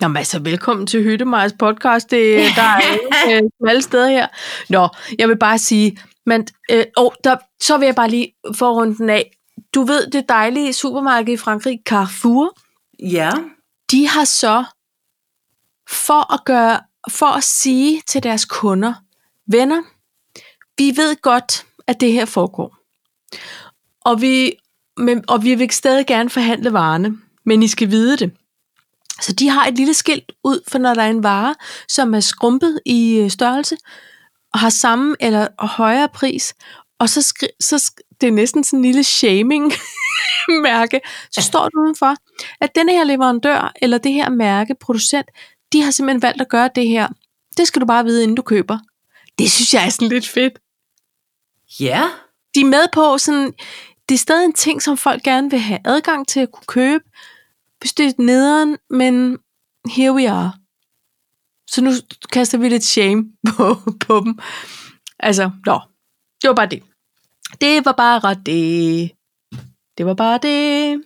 [SPEAKER 1] Nå, men altså, velkommen til Hyttemajers podcast. Det, der er ikke øh, smalle steder her. Nå, jeg vil bare sige, Men, øh, og der, så vil jeg bare lige få runden af. Du ved, det dejlige supermarked i Frankrig, Carrefour,
[SPEAKER 2] Ja.
[SPEAKER 1] de har så, for at, gøre, for at sige til deres kunder, venner, vi ved godt, at det her foregår. Og vi, men, og vi vil stadig gerne forhandle varerne, men I skal vide det. Så de har et lille skilt ud for, når der er en vare, som er skrumpet i øh, størrelse, og har samme eller og højere pris, og så, skri, så sk- det er næsten sådan en lille shaming-mærke, så står du udenfor, at denne her leverandør, eller det her mærke, producent, de har simpelthen valgt at gøre det her. Det skal du bare vide, inden du køber. Det synes jeg er sådan lidt fedt.
[SPEAKER 2] Ja.
[SPEAKER 1] De er med på sådan, det er stadig en ting, som folk gerne vil have adgang til at kunne købe, hvis det er nederen, men here we are. Så nu kaster vi lidt shame [LAUGHS] på, på dem. Altså, nå, det var bare det. Det var bare det. Det var bare det.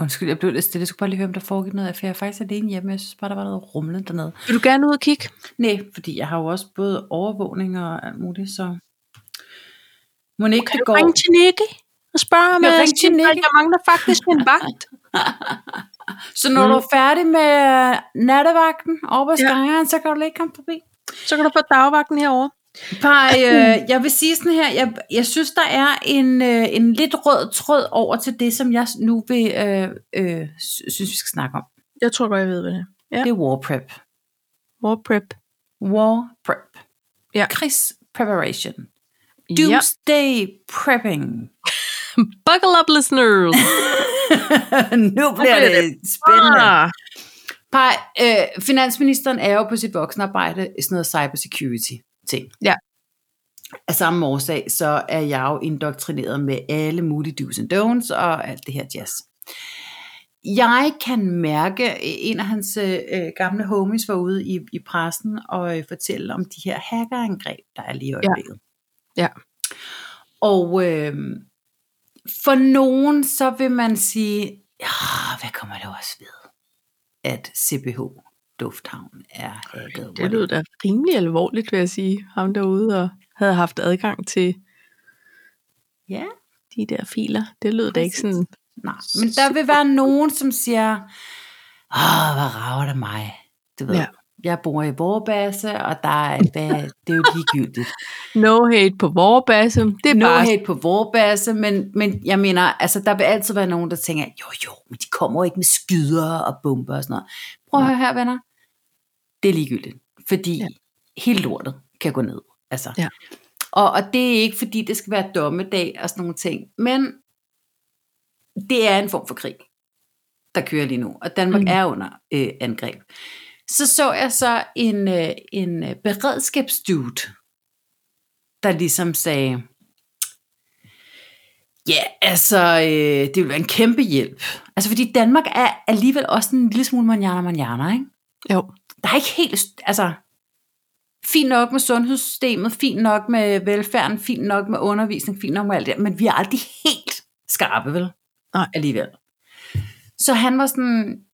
[SPEAKER 2] Undskyld, jeg blev lidt stille. Jeg skulle bare lige høre, om der foregik noget, for jeg er faktisk alene hjemme. Jeg synes bare, der var noget rumlen dernede.
[SPEAKER 1] Vil du gerne ud og kigge?
[SPEAKER 2] Nej, fordi jeg har jo også både overvågning og alt muligt, så... Mon ikke
[SPEAKER 1] Kan
[SPEAKER 2] det
[SPEAKER 1] du ringe
[SPEAKER 2] går...
[SPEAKER 1] til Nicky og spørge om,
[SPEAKER 2] Jeg
[SPEAKER 1] jeg,
[SPEAKER 2] ringer til Nicky.
[SPEAKER 1] jeg mangler faktisk [LAUGHS] en vagt?
[SPEAKER 2] Så når
[SPEAKER 1] Mm.
[SPEAKER 2] du er færdig med øh, nattevagten over på
[SPEAKER 1] Ja.
[SPEAKER 2] skangeren, så kan du lige komme forbi.
[SPEAKER 1] Så kan du få dagvagten herover.
[SPEAKER 2] Par,
[SPEAKER 1] [CLEARS THROAT]
[SPEAKER 2] øh, jeg vil sige sådan her, jeg, jeg synes, der er en, øh, en lidt rød tråd over til det, som jeg nu vil, øh, øh, sy- synes, vi skal snakke om.
[SPEAKER 1] Jeg tror godt, jeg ved, hvad det er. Ja.
[SPEAKER 2] Ja. Det er war prep.
[SPEAKER 1] War prep.
[SPEAKER 2] War prep.
[SPEAKER 1] Ja.
[SPEAKER 2] Krigs preparation.
[SPEAKER 1] Ja.
[SPEAKER 2] Doomsday prepping. [LAUGHS]
[SPEAKER 1] Buckle up, listeners. [LAUGHS]
[SPEAKER 2] nu bliver
[SPEAKER 1] bliver
[SPEAKER 2] det spændende.
[SPEAKER 1] Ah.
[SPEAKER 2] Par, øh, finansministeren er jo på sit voksenarbejde i sådan noget cybersecurity ting.
[SPEAKER 1] Ja.
[SPEAKER 2] Af samme årsag, så er jeg jo indoktrineret med alle mulige do's and don'ts og alt det her jazz. Jeg kan mærke, øh, en af hans øh, øh, gamle homies var ude i, i pressen og øh, fortælle om de her hackerangreb, der er lige i øjeblikket.
[SPEAKER 1] Ja.
[SPEAKER 2] Og øh, for nogen, så vil man sige, ja, hvad kommer det også ved? at CBH Lufthavn er hacket.
[SPEAKER 1] Det lød da rimelig alvorligt, vil jeg sige. Ham derude og havde haft adgang til
[SPEAKER 2] Ja,
[SPEAKER 1] de der filer. Det lød da ikke
[SPEAKER 2] Præcis.
[SPEAKER 1] sådan...
[SPEAKER 2] nej. Men der vil være nogen, som siger, åh, hvad rager det mig? Du ved,
[SPEAKER 1] Ja.
[SPEAKER 2] ja. jeg bor i Vorbasse, og der er, hvad, det er jo ligegyldigt.
[SPEAKER 1] No hate på Vorbasse. Det er
[SPEAKER 2] no
[SPEAKER 1] no bare... Hate.
[SPEAKER 2] hate på Vorbasse, men, men jeg mener, altså, der vil altid være nogen, der tænker, jo jo, men de kommer jo ikke med skyder og bomber og sådan noget. Prøv at høre her, venner. Det er ligegyldigt, fordi
[SPEAKER 1] Ja.
[SPEAKER 2] ja. hele lortet kan gå ned. Altså.
[SPEAKER 1] Ja.
[SPEAKER 2] Og, og det er ikke, fordi det skal være dommedag og sådan nogle ting, men det er en form for krig, der kører lige nu, og Danmark
[SPEAKER 1] Mm.
[SPEAKER 2] mm. er under øh, angreb. Så så jeg så en, øh, en øh, beredskabsdude, der ligesom sagde, ja, altså, øh, det ville være en kæmpe hjælp. Altså, fordi Danmark er alligevel også en lille smule manjana manjana, ikke?
[SPEAKER 1] Jo.
[SPEAKER 2] der er ikke helt, altså, fint nok med sundhedssystemet, fint nok med velfærden, fint nok med undervisning, fint nok med alt det der, men vi er aldrig helt skarpe, vel?
[SPEAKER 1] Nej.
[SPEAKER 2] Alligevel. Så han var sådan,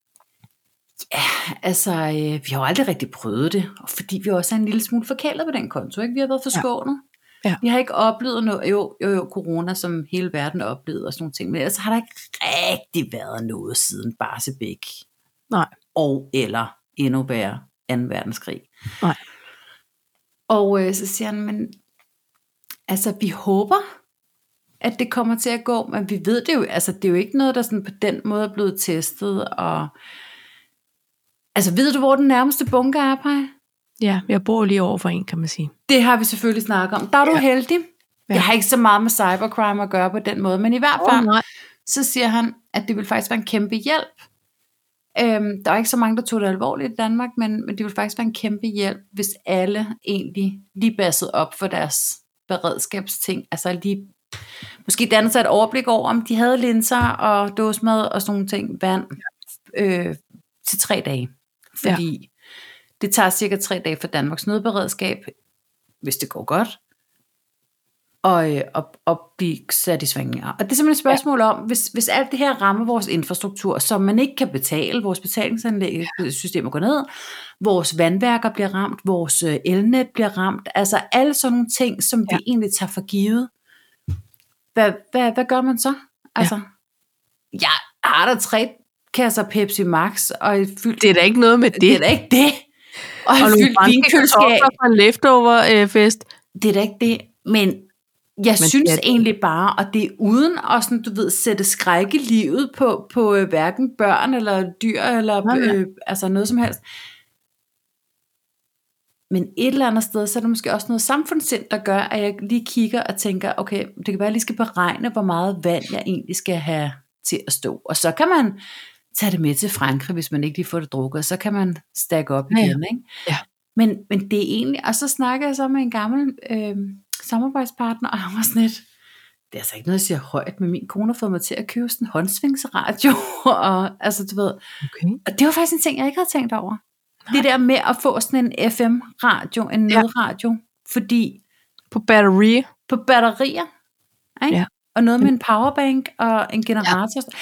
[SPEAKER 2] ja, altså, øh, vi har jo aldrig rigtig prøvet det, og fordi vi også er en lille smule forkælet på den konto, ikke? Vi har været forskånet.
[SPEAKER 1] Ja.
[SPEAKER 2] Vi har ikke oplevet noget, jo, jo, jo, corona, som hele verden oplevede og sådan nogle ting, men ellers har der ikke rigtig været noget siden Barsebæk
[SPEAKER 1] Nej.
[SPEAKER 2] og eller endnu værre 2. verdenskrig.
[SPEAKER 1] Nej.
[SPEAKER 2] Og øh, så siger han, men altså vi håber, at det kommer til at gå, men vi ved det jo, altså det er jo ikke noget, der sådan på den måde er blevet testet, og altså ved du, hvor den nærmeste bunker er, Paj?
[SPEAKER 1] Ja, jeg bor lige over for en, kan man sige.
[SPEAKER 2] Det har vi selvfølgelig snakket om. Der er du
[SPEAKER 1] Ja.
[SPEAKER 2] ja. heldig.
[SPEAKER 1] Ja.
[SPEAKER 2] Jeg har ikke så meget med cybercrime at gøre på den måde, men i hvert fald,
[SPEAKER 1] nej.
[SPEAKER 2] så siger han, at det vil faktisk være en kæmpe hjælp. Øhm, der er ikke så mange, der tog det alvorligt i Danmark, men, men det vil faktisk være en kæmpe hjælp, hvis alle egentlig lige bassede op for deres beredskabsting. Altså lige, måske danne sig et overblik over, om de havde linser og dåsemad og sådan nogle ting, vand, øh, til tre dage. Fordi ja. det tager cirka tre dage for Danmarks nødberedskab, hvis det går godt, og, øh, og, og blive sat i svingninger. Og det er simpelthen et spørgsmål ja. om, hvis, hvis alt det her rammer vores infrastruktur, som man ikke kan betale, vores betalingsanlæg, systemer går ned, vores vandværker bliver ramt, vores øh, elnet bliver ramt, altså alle sådan nogle ting, som ja. vi egentlig tager for givet. Hvad, hvad, hvad gør man så? Altså, ja. jeg har da tre kasser Pepsi Max, og et fyldt...
[SPEAKER 1] Det er da ikke noget med det.
[SPEAKER 2] Det er da ikke det. Og,
[SPEAKER 1] og
[SPEAKER 2] et
[SPEAKER 1] nogle
[SPEAKER 2] fyldt
[SPEAKER 1] franske
[SPEAKER 2] vinkøleskab.
[SPEAKER 1] kartofler fra en øh, leftover-fest.
[SPEAKER 2] Det er da ikke det. Men jeg
[SPEAKER 1] Men
[SPEAKER 2] men synes
[SPEAKER 1] det er
[SPEAKER 2] det.
[SPEAKER 1] det.
[SPEAKER 2] egentlig bare, og det er uden at sådan, du ved, sætte skræk i livet på, på øh, hverken børn eller dyr eller
[SPEAKER 1] Nej, nej.
[SPEAKER 2] øh, altså noget som helst. Men et eller andet sted, så er der måske også noget samfundssind, der gør, at jeg lige kigger og tænker, okay, det kan være, at jeg lige skal beregne, hvor meget vand jeg egentlig skal have til at stå. Og så kan man tage det med til Frankrig, hvis man ikke lige får det drukket, og så kan man stakke op
[SPEAKER 1] Ja, ja.
[SPEAKER 2] igen, ikke?
[SPEAKER 1] Ja.
[SPEAKER 2] Men, men det er egentlig, og så snakker jeg så med en gammel øh, samarbejdspartner, og han var sådan lidt, det er altså ikke noget, jeg siger højt, men min kone har fået mig til at købe sådan en håndsvingsradio, [LAUGHS] og altså du ved,
[SPEAKER 1] Okay.
[SPEAKER 2] og det var faktisk en ting, jeg ikke havde tænkt over. Nej. Det der med at få sådan en FM-radio, en
[SPEAKER 1] Ja.
[SPEAKER 2] nødradio, fordi
[SPEAKER 1] På batteri.
[SPEAKER 2] på batterier, ikke?
[SPEAKER 1] Ja.
[SPEAKER 2] og noget med en powerbank og en generator. Ja.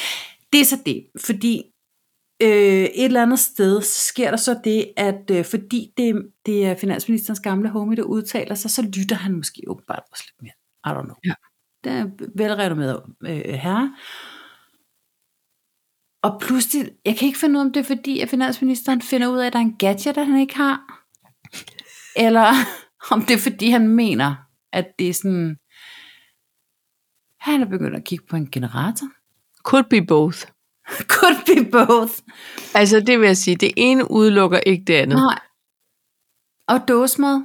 [SPEAKER 2] Det er så det, fordi øh, et eller andet sted så sker der så det, at øh, fordi det, det er finansministerens gamle homie, der udtaler sig, så lytter han måske åbenbart også lidt mere. I don't know.
[SPEAKER 1] Ja.
[SPEAKER 2] Det er en velrenommeret øh, herre. Og pludselig, jeg kan ikke finde ud af, om det er fordi, at finansministeren finder ud af, at der er en gadget, der han ikke har. Eller [LAUGHS] om det er fordi, han mener, at det er sådan... Han er begyndt at kigge på en generator. [LAUGHS]
[SPEAKER 1] Could be both.
[SPEAKER 2] Could be both.
[SPEAKER 1] Altså, det vil jeg sige, det ene udelukker ikke det andet.
[SPEAKER 2] Nej. Og dåsemad.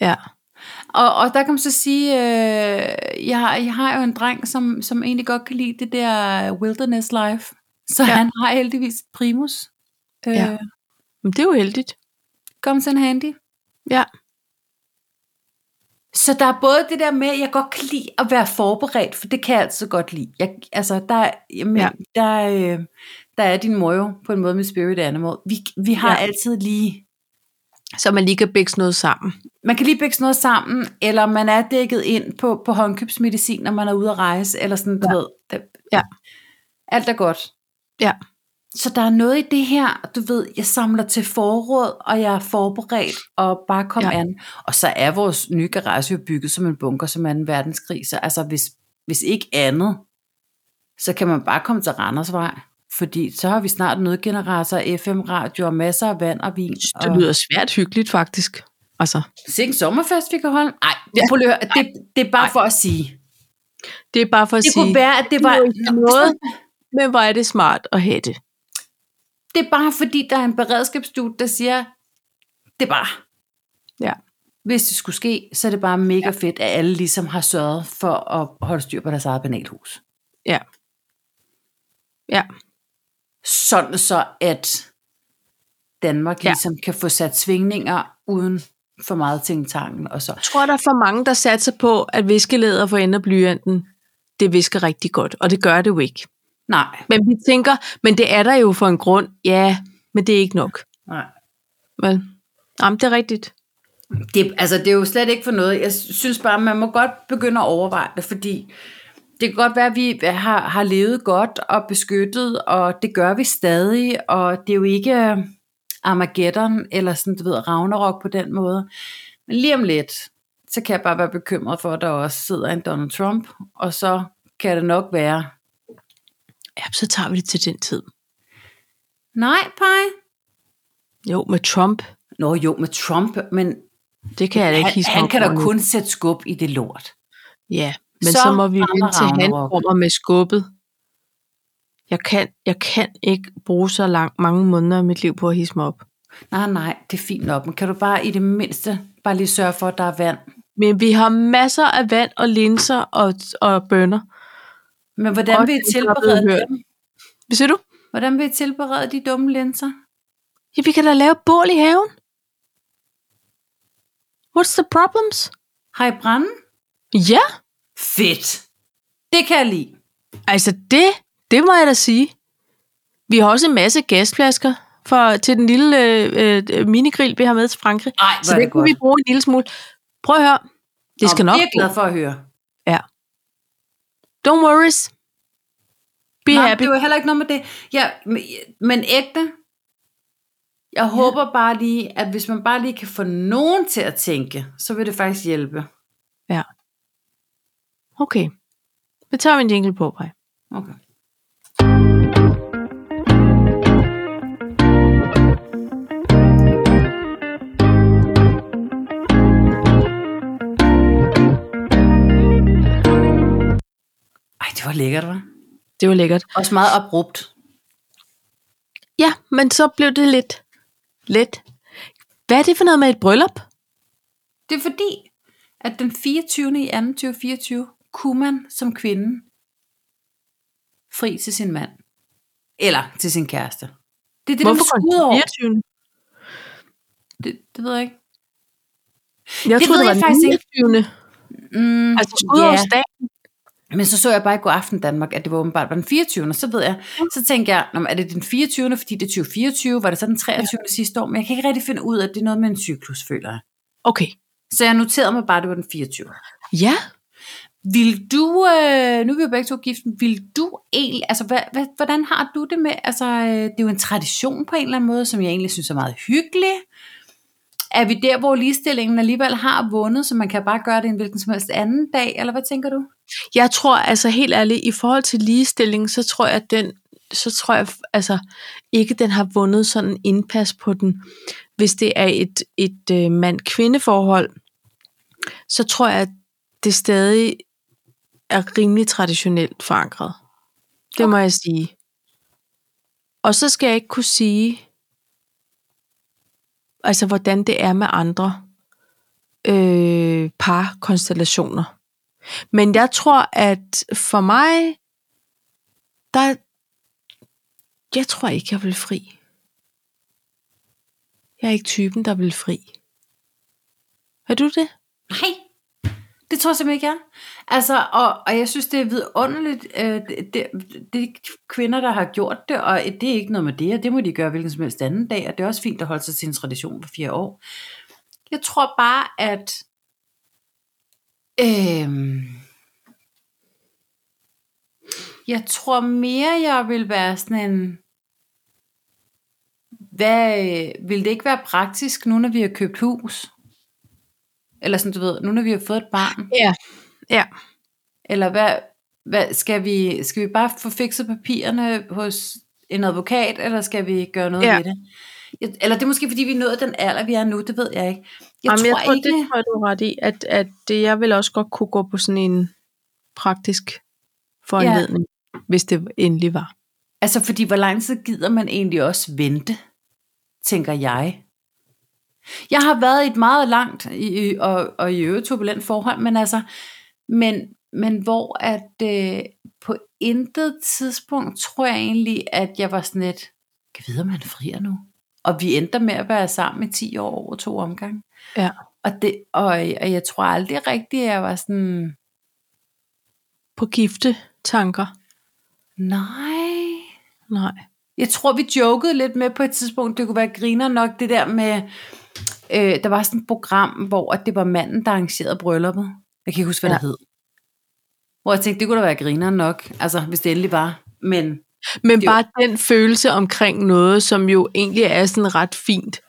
[SPEAKER 1] Ja.
[SPEAKER 2] Og, og der kan man så sige, øh, jeg, har- jeg har jo en dreng, som, som egentlig godt kan lide det der wilderness life. Så
[SPEAKER 1] Ja.
[SPEAKER 2] ja. han har heldigvis primus. Øh,
[SPEAKER 1] Ja.
[SPEAKER 2] ja.
[SPEAKER 1] Men det er jo heldigt.
[SPEAKER 2] Kom til en handy.
[SPEAKER 1] Ja.
[SPEAKER 2] Så der er både det der med, at jeg godt kan lide at være forberedt, for det kan jeg altid godt lide. Jeg, altså, der, er- jamen,
[SPEAKER 1] Ja.
[SPEAKER 2] ja. der, øh, der er din mor jo på en måde med spirit animal. Vi, vi har
[SPEAKER 1] Ja.
[SPEAKER 2] ja. altid lige...
[SPEAKER 1] Så man lige kan bækse noget sammen.
[SPEAKER 2] Man kan lige bækse noget sammen, eller man er dækket ind på, på håndkøbsmedicin, når man er ude at rejse, eller sådan, du ja. ved. Det,
[SPEAKER 1] Ja.
[SPEAKER 2] Alt er godt.
[SPEAKER 1] Ja.
[SPEAKER 2] Så der er noget i det her, du ved, jeg samler til forråd, og jeg er forberedt, og bare kom
[SPEAKER 1] Ja.
[SPEAKER 2] ja. an. Og så er vores nye garage jo bygget som en bunker, som er en verdenskrig, så altså, hvis, hvis ikke andet, så kan man bare komme til Randersvej, fordi så har vi snart nødgenerator, FM-radio og masser af vand og vin.
[SPEAKER 1] Det
[SPEAKER 2] og...
[SPEAKER 1] lyder svært hyggeligt, faktisk. Altså,
[SPEAKER 2] Sikke en sommerfest, vi kan holde. Nej, ja. prøv lige at høre, det, det er bare
[SPEAKER 1] Ej.
[SPEAKER 2] for at sige.
[SPEAKER 1] det er bare for at
[SPEAKER 2] Det
[SPEAKER 1] sige,
[SPEAKER 2] kunne være, at det var...
[SPEAKER 1] det er jo ikke noget, men hvor er det smart at have det.
[SPEAKER 2] Det er bare fordi, der er en beredskabsstudie, der siger, det er bare.
[SPEAKER 1] Ja.
[SPEAKER 2] Hvis det skulle ske, så er det bare mega ja. fedt, at alle ligesom har sørget for at holde styr på deres eget banalhus.
[SPEAKER 1] Ja. Ja.
[SPEAKER 2] Sådan så, at Danmark
[SPEAKER 1] Ja.
[SPEAKER 2] ja. ligesom kan få sat svingninger uden for meget tingtangen og så.
[SPEAKER 1] Jeg tror, der er for mange, der satser på, at viskelæder for ender blyanten, det visker rigtig godt, og det gør det jo ikke.
[SPEAKER 2] Nej.
[SPEAKER 1] Men vi tænker, men det er der jo for en grund. Ja, men det er ikke nok.
[SPEAKER 2] Nej.
[SPEAKER 1] Vel? Jamen, det er rigtigt.
[SPEAKER 2] Det, altså, det er jo slet ikke for noget. Jeg synes bare, man må godt begynde at overveje det, fordi det kan godt være, at vi har, har levet godt og beskyttet, og det gør vi stadig, og det er jo ikke øh, Armageddon eller sådan, du ved, Ragnarok på den måde. Men lige om lidt, så kan jeg bare være bekymret for, at der også sidder en Donald Trump, og så kan det nok være,
[SPEAKER 1] Ja, så tager vi det til den tid.
[SPEAKER 2] nej, pej.
[SPEAKER 1] Jo, med Trump,
[SPEAKER 2] Nå jo, med Trump, men
[SPEAKER 1] det kan jeg da ikke
[SPEAKER 2] han,
[SPEAKER 1] hisse mig
[SPEAKER 2] han
[SPEAKER 1] op
[SPEAKER 2] kan da
[SPEAKER 1] over nu.
[SPEAKER 2] kun sætte skub i det lort.
[SPEAKER 1] Ja, men så,
[SPEAKER 2] Så
[SPEAKER 1] så må vi
[SPEAKER 2] rammer
[SPEAKER 1] vente til han
[SPEAKER 2] Ragnarok.
[SPEAKER 1] kommer med skubbet. Jeg kan, jeg kan ikke bruge så lang, mange måneder af mit liv på at hisse mig op.
[SPEAKER 2] Nej, Ah, nej, det er fint nok, men kan du bare i det mindste bare lige sørge for, at der er vand?
[SPEAKER 1] Men vi har masser af vand og linser og, og bønner.
[SPEAKER 2] Men hvordan
[SPEAKER 1] Og
[SPEAKER 2] vil I
[SPEAKER 1] det er godt blevet
[SPEAKER 2] tilberede
[SPEAKER 1] hørt.
[SPEAKER 2] dem?
[SPEAKER 1] Hvad siger du?
[SPEAKER 2] Hvordan vil I tilberede de dumme linser?
[SPEAKER 1] Ja, vi kan da lave bål i haven. What's the problems?
[SPEAKER 2] Har I brænde?
[SPEAKER 1] Ja,
[SPEAKER 2] Fedt! Det kan jeg lide.
[SPEAKER 1] altså det, det må jeg da sige. Vi har også en masse gasflasker for, til den lille øh, øh, minigrill, vi har med til Frankrig.
[SPEAKER 2] Ej,
[SPEAKER 1] Så det, det kan vi bruge en lille smule. Prøv at høre. Det skal
[SPEAKER 2] Nå,
[SPEAKER 1] nok
[SPEAKER 2] Det er jeg
[SPEAKER 1] gå.
[SPEAKER 2] glad for at høre.
[SPEAKER 1] Don't worries. Be
[SPEAKER 2] Nå,
[SPEAKER 1] happy.
[SPEAKER 2] det var heller ikke noget med det. Ja, men, men ægte, jeg ja. håber bare lige, at hvis man bare lige kan få nogen til at tænke, så vil det faktisk hjælpe.
[SPEAKER 1] Okay. Vi tager en jingle på, Paj.
[SPEAKER 2] Okay. Ej, det var lækkert, hva'?
[SPEAKER 1] Det var lækkert.
[SPEAKER 2] Også meget abrupt.
[SPEAKER 1] Ja, men så blev det lidt. Lidt. Hvad er det for noget med et bryllup?
[SPEAKER 2] Det er fordi, at den 24. i 2. 2024 kunne man som kvinde fri til sin mand. Eller til sin kæreste. Det er det, Hvorfor
[SPEAKER 1] Hvorfor
[SPEAKER 2] man
[SPEAKER 1] kun
[SPEAKER 2] skud over.
[SPEAKER 1] 24?
[SPEAKER 2] Det, det ved jeg ikke.
[SPEAKER 1] Jeg
[SPEAKER 2] Det
[SPEAKER 1] troede,
[SPEAKER 2] ved
[SPEAKER 1] det
[SPEAKER 2] jeg
[SPEAKER 1] var
[SPEAKER 2] faktisk ikke.
[SPEAKER 1] 29.
[SPEAKER 2] Mm,
[SPEAKER 1] Altså skudårsdag.
[SPEAKER 2] Men så så jeg bare i går aften Danmark, at det var åbenbart var den 24. Og så ved jeg, så tænkte jeg, Nå, men er det den 24. fordi det er 2024, var det så den 23. Ja. sidste år, men jeg kan ikke rigtig finde ud af, at det er noget med en cyklus, føler jeg.
[SPEAKER 1] Okay.
[SPEAKER 2] Så jeg noterede mig bare, at det var den 24.
[SPEAKER 1] Ja.
[SPEAKER 2] Vil du, øh, nu er vi jo begge to gift, vil du egentlig, altså hvad, hvad, hvordan har du det med, altså øh, det er jo en tradition på en eller anden måde, som jeg egentlig synes er meget hyggelig. Er vi der, hvor ligestillingen alligevel har vundet, så man kan bare gøre det en hvilken som helst anden dag, eller hvad tænker du?
[SPEAKER 1] Jeg tror altså helt ærligt, i forhold til ligestilling, så tror jeg, at den, så tror jeg altså ikke, den har vundet sådan en indpas på den. Hvis det er et, et øh, mand-kvinde forhold, så tror jeg, at det stadig er rimelig traditionelt forankret. Det okay. må jeg sige. Og så skal jeg ikke kunne sige, altså hvordan det er med andre øh, parkonstellationer. Men jeg tror, at for mig, der, jeg tror ikke, jeg vil fri. Jeg er ikke typen, der vil fri. Er du det?
[SPEAKER 2] Nej, det tror jeg simpelthen ikke, jeg er. Altså, og, og jeg synes, det er vidunderligt, øh, det, det, det er de kvinder, der har gjort det, og det er ikke noget med det, og det må de gøre hvilken som helst anden dag, og det er også fint at holde sig til en tradition på fire år. Jeg tror bare, at øh, jeg tror mere, jeg vil være sådan en hvad, øh, vil det ikke være praktisk, nu når vi har købt hus? Eller sådan, du ved, nu når vi har fået et barn?
[SPEAKER 1] Ja. Ja.
[SPEAKER 2] Eller hvad, hvad skal, vi, skal vi bare få fikset papirerne hos en advokat, eller skal vi gøre noget ja.
[SPEAKER 1] Ja.
[SPEAKER 2] ved det? Jeg, eller det er måske, fordi vi er nået den alder, vi er nu, det ved jeg ikke. Jeg
[SPEAKER 1] Jamen,
[SPEAKER 2] Jamen, tror jeg ikke,
[SPEAKER 1] det tror jeg, du er ret i, at, at det, jeg vil også godt kunne gå på sådan en praktisk foranledning, ja. hvis det endelig var.
[SPEAKER 2] altså fordi hvor lang tid gider man egentlig også vente, tænker jeg. Jeg har været i et meget langt i, i- og, og i øvrigt turbulent forhold, men altså, men, men hvor at øh, på intet tidspunkt tror jeg egentlig, at jeg var sådan et, kan vide, om han frier nu? Og vi endte med at være sammen i 10 år over to omgange.
[SPEAKER 1] Ja.
[SPEAKER 2] Og, det, og, og jeg tror aldrig rigtigt, at jeg var sådan,
[SPEAKER 1] På gifte tanker?
[SPEAKER 2] nej,
[SPEAKER 1] Nej.
[SPEAKER 2] Jeg tror, vi jokede lidt med på et tidspunkt, det kunne være griner nok, det der med, øh, der var sådan et program, hvor at det var manden, der arrangerede brylluppet. Jeg kan ikke huske, hvad ja.
[SPEAKER 1] Ja.
[SPEAKER 2] det hed. Hvor jeg tænkte, det kunne da være griner nok, altså hvis det endelig var. Men
[SPEAKER 1] Men
[SPEAKER 2] Det-
[SPEAKER 1] bare den følelse omkring noget, som jo egentlig er sådan ret fint.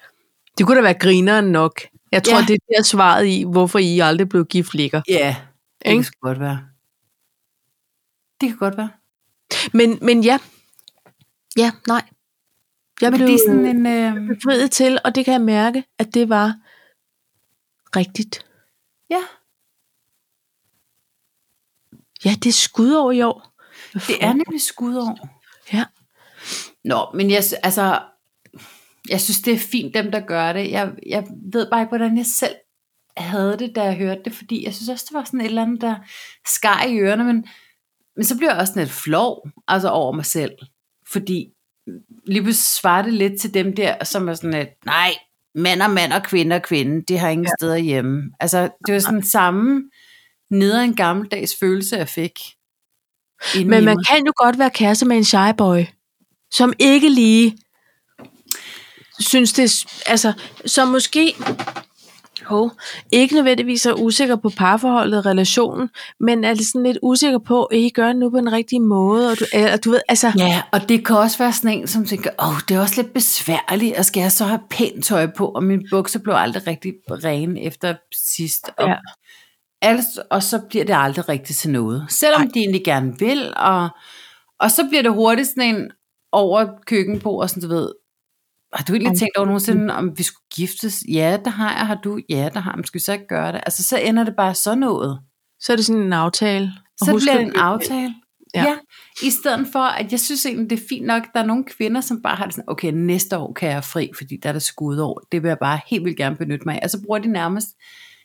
[SPEAKER 1] Det kunne da være grineren nok. Jeg tror,
[SPEAKER 2] Ja.
[SPEAKER 1] ja. det er der svaret i, hvorfor I aldrig blev gift ligger.
[SPEAKER 2] ja, det kan
[SPEAKER 1] Ikke?
[SPEAKER 2] sgu godt være. Det kan godt være.
[SPEAKER 1] Men, men ja. Ja, nej. Jeg
[SPEAKER 2] Men
[SPEAKER 1] blev
[SPEAKER 2] det er sådan en... Øh,
[SPEAKER 1] befriet til, og det kan jeg mærke, at det var rigtigt.
[SPEAKER 2] ja,
[SPEAKER 1] Ja, det er skud over i år. Hvad
[SPEAKER 2] det er
[SPEAKER 1] fanden?
[SPEAKER 2] nemlig skudår.
[SPEAKER 1] Ja.
[SPEAKER 2] Nå, men jeg, sy- altså, jeg synes, det er fint, dem der gør det. Jeg, jeg ved bare ikke, hvordan jeg selv havde det, da jeg hørte det, fordi jeg synes også, det var sådan et eller andet, der skar i ørerne, men, men så bliver jeg også sådan lidt flov altså over mig selv, fordi lige pludselig svarer det lidt til dem der, som er sådan lidt, nej, mand og mand og kvinde og kvinde, det har ingen ja. steder hjemme. Altså, det var sådan samme neder en gammeldags følelse, jeg fik. inde i
[SPEAKER 1] Men man
[SPEAKER 2] mig.
[SPEAKER 1] kan jo godt være kæreste med en shy boy, som ikke lige synes det, er s- altså, som måske Jo, ikke nødvendigvis er usikker på parforholdet, relationen, men er sådan lidt usikker på, at I gør det nu på den rigtige måde, og du, øh, og du ved, altså,
[SPEAKER 2] Ja, og det kan også være sådan en, som tænker, åh, det er også lidt besværligt, og skal jeg så have pænt tøj på, og mine bukser blev aldrig rigtig rene efter sidst. Og,
[SPEAKER 1] Ja.
[SPEAKER 2] altså, og så bliver det aldrig rigtigt til noget. Selvom de egentlig gerne vil, og, og så bliver det hurtigt sådan en over køkkenbord, og sådan, du ved, har du egentlig
[SPEAKER 1] Om-
[SPEAKER 2] tænkt over nogensinde, om vi skulle giftes? Ja, det har jeg. Har du? Ja, det har jeg. Men skal vi så ikke gøre det? Altså, så ender det bare sådan noget.
[SPEAKER 1] så er det sådan en aftale. Og
[SPEAKER 2] Så
[SPEAKER 1] husk
[SPEAKER 2] bliver
[SPEAKER 1] at- øh,
[SPEAKER 2] det en aftale.
[SPEAKER 1] Ja.
[SPEAKER 2] Ja. ja. I stedet for, at jeg synes egentlig, det er fint nok, der er nogle kvinder, som bare har det sådan, okay, næste år kan jeg have fri, fordi der er det skudår. Det vil jeg bare helt vildt gerne benytte mig af. Og så bruger de nærmest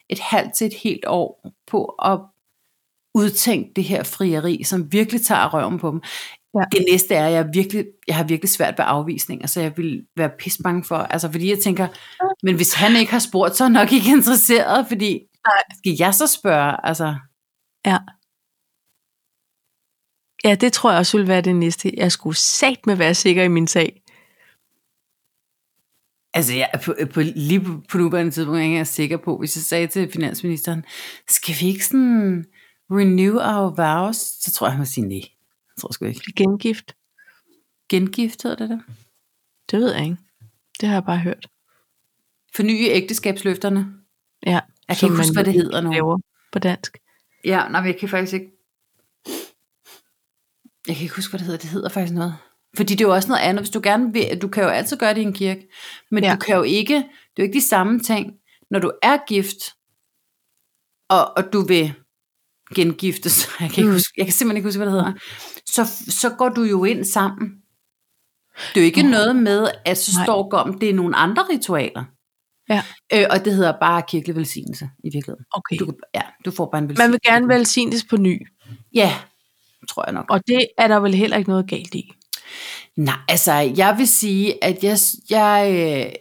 [SPEAKER 2] et halvt til et helt år på at udtænke det her frieri, som virkelig tager røven på dem.
[SPEAKER 1] Ja.
[SPEAKER 2] Ja. Det næste er, at jeg, virkelig, jeg har virkelig svært ved afvisninger, så jeg vil være pissbange for, altså fordi jeg tænker, men hvis han ikke har spurgt, så er han nok ikke interesseret, fordi skal jeg så spørge, altså...
[SPEAKER 1] Ja. Ja, det tror jeg også ville være det næste. Jeg skulle sat med være sikker i min sag.
[SPEAKER 2] Altså, jeg, er på, på, lige på, på nuværende tidspunkt er jeg ikke engang sikker på, hvis jeg sagde til finansministeren, skal vi ikke sådan renew our vows? Så tror jeg, han vil sige nej. Jeg tror sgu ikke.
[SPEAKER 1] Blive gengift.
[SPEAKER 2] Gengift hedder det der.
[SPEAKER 1] Det ved jeg ikke. Det har jeg bare hørt.
[SPEAKER 2] Forny ægteskabsløfterne.
[SPEAKER 1] Ja,
[SPEAKER 2] Jeg kan
[SPEAKER 1] som
[SPEAKER 2] ikke huske,
[SPEAKER 1] man
[SPEAKER 2] hvad det hedder nu.
[SPEAKER 1] laver på dansk.
[SPEAKER 2] Ja, nej, men jeg kan faktisk ikke... Jeg kan ikke huske, hvad det hedder. Det hedder faktisk noget. Fordi det er jo også noget andet. Hvis du gerne vil, du kan jo altid gøre det i en kirke. Men
[SPEAKER 1] Ja.
[SPEAKER 2] ja. du kan jo ikke, det er jo ikke de samme ting, når du er gift, og, og du vil [LAUGHS] gengiftes. Jeg kan, ikke
[SPEAKER 1] Mm.
[SPEAKER 2] huske, jeg kan simpelthen ikke huske, hvad det hedder. Så, så går du jo ind sammen. Det er jo ikke
[SPEAKER 1] Nej.
[SPEAKER 2] noget med, at så
[SPEAKER 1] Mm. Nej.
[SPEAKER 2] står om, det er nogle andre ritualer.
[SPEAKER 1] Ja.
[SPEAKER 2] Øh, og det hedder bare kirkelig velsignelse, i virkeligheden.
[SPEAKER 1] Okay.
[SPEAKER 2] Du, kan- ja, du får bare en velsignelse.
[SPEAKER 1] Man vil gerne velsignes på ny,
[SPEAKER 2] Ja, tror jeg nok.
[SPEAKER 1] og det er der vel heller ikke noget galt i.
[SPEAKER 2] Nej, altså, jeg vil sige, at jeg, jeg, øh,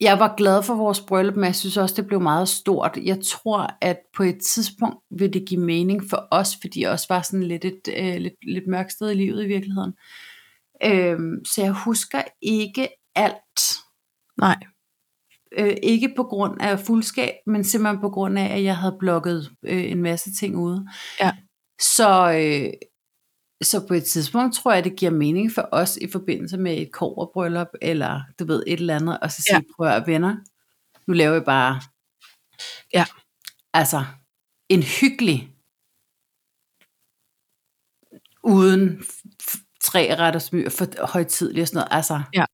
[SPEAKER 2] jeg var glad for vores bryllup, men jeg synes også, det blev meget stort. Jeg tror, at på et tidspunkt vil det give mening for os, fordi jeg også var sådan lidt et øh, lidt, lidt mørkt sted i livet i virkeligheden. Øhm, så jeg husker ikke alt.
[SPEAKER 1] Nej.
[SPEAKER 2] Øh, ikke på grund af fuldskab, men simpelthen på grund af, at jeg havde blokket øh, en masse ting ude.
[SPEAKER 1] Ja.
[SPEAKER 2] Så, øh, så på et tidspunkt tror jeg, det giver mening for os i forbindelse med et koverbryllup, eller du ved, et eller andet, og så sige,
[SPEAKER 1] Ja.
[SPEAKER 2] ja. prøv at høre, venner, nu laver jeg bare
[SPEAKER 1] Ja.
[SPEAKER 2] altså en hyggelig uden f- f- tre retters myr for højtidlig og sådan noget. Altså,
[SPEAKER 1] Ja.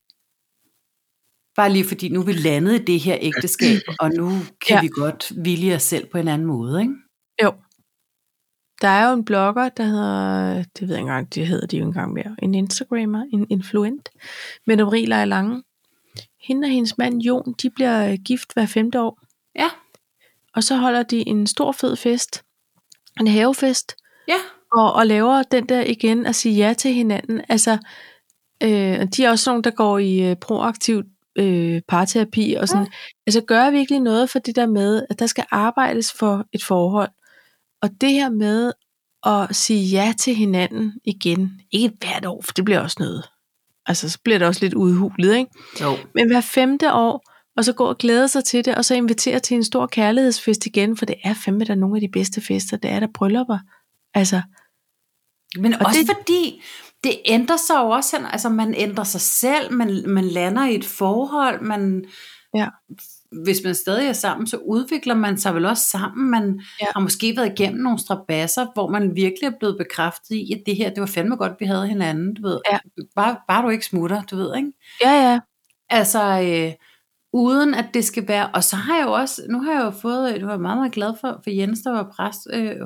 [SPEAKER 2] Bare lige fordi, nu er vi landet i det her ægteskab, og nu kan
[SPEAKER 1] Ja.
[SPEAKER 2] ja. vi godt vilje os selv på en anden måde, ikke?
[SPEAKER 1] Der er jo en blogger, der hedder, det ved jeg ikke engang, det hedder de jo ikke engang mere, en Instagrammer, en influent, men Avril er lange. Hende og hendes mand Jon, de bliver øh, gift hver femte år.
[SPEAKER 2] Ja.
[SPEAKER 1] Og så holder de en stor fed fest, en havefest,
[SPEAKER 2] Ja.
[SPEAKER 1] og, og laver den der igen at sige ja til hinanden. Altså, øh, og de er også nogen, der går i øh, proaktiv øh, parterapi og sådan. Ja. Altså, gør jeg virkelig noget for det der med, at der skal arbejdes for et forhold. Og det her med at sige ja til hinanden igen, ikke hvert år, for det bliver også noget. Altså, så bliver det også lidt udhulet, ikke?
[SPEAKER 2] Jo.
[SPEAKER 1] Men hver femte år, og så gå og glæde sig til det, og så invitere til en stor kærlighedsfest igen, for det er fandme der nogle af de bedste fester, det er der bryllupper. Altså,
[SPEAKER 2] Men
[SPEAKER 1] Og
[SPEAKER 2] og også
[SPEAKER 1] det-
[SPEAKER 2] det, fordi det ændrer sig jo også, hen- altså man ændrer sig selv, man, man lander i et forhold, man,
[SPEAKER 1] Ja.
[SPEAKER 2] hvis man stadig er sammen, så udvikler man sig vel også sammen, man
[SPEAKER 1] Ja.
[SPEAKER 2] ja. har måske været igennem nogle strabasser, hvor man virkelig er blevet bekræftet i, at det her, det var fandme godt, vi havde hinanden, du ved,
[SPEAKER 1] Ja.
[SPEAKER 2] bare, bare du ikke smutter, du ved, ikke?
[SPEAKER 1] ja, ja,
[SPEAKER 2] Altså, øh, uden at det skal være, og så har jeg jo også, nu har jeg jo fået, øh, nu var jeg meget, meget glad for, for Jens, der var præst øh,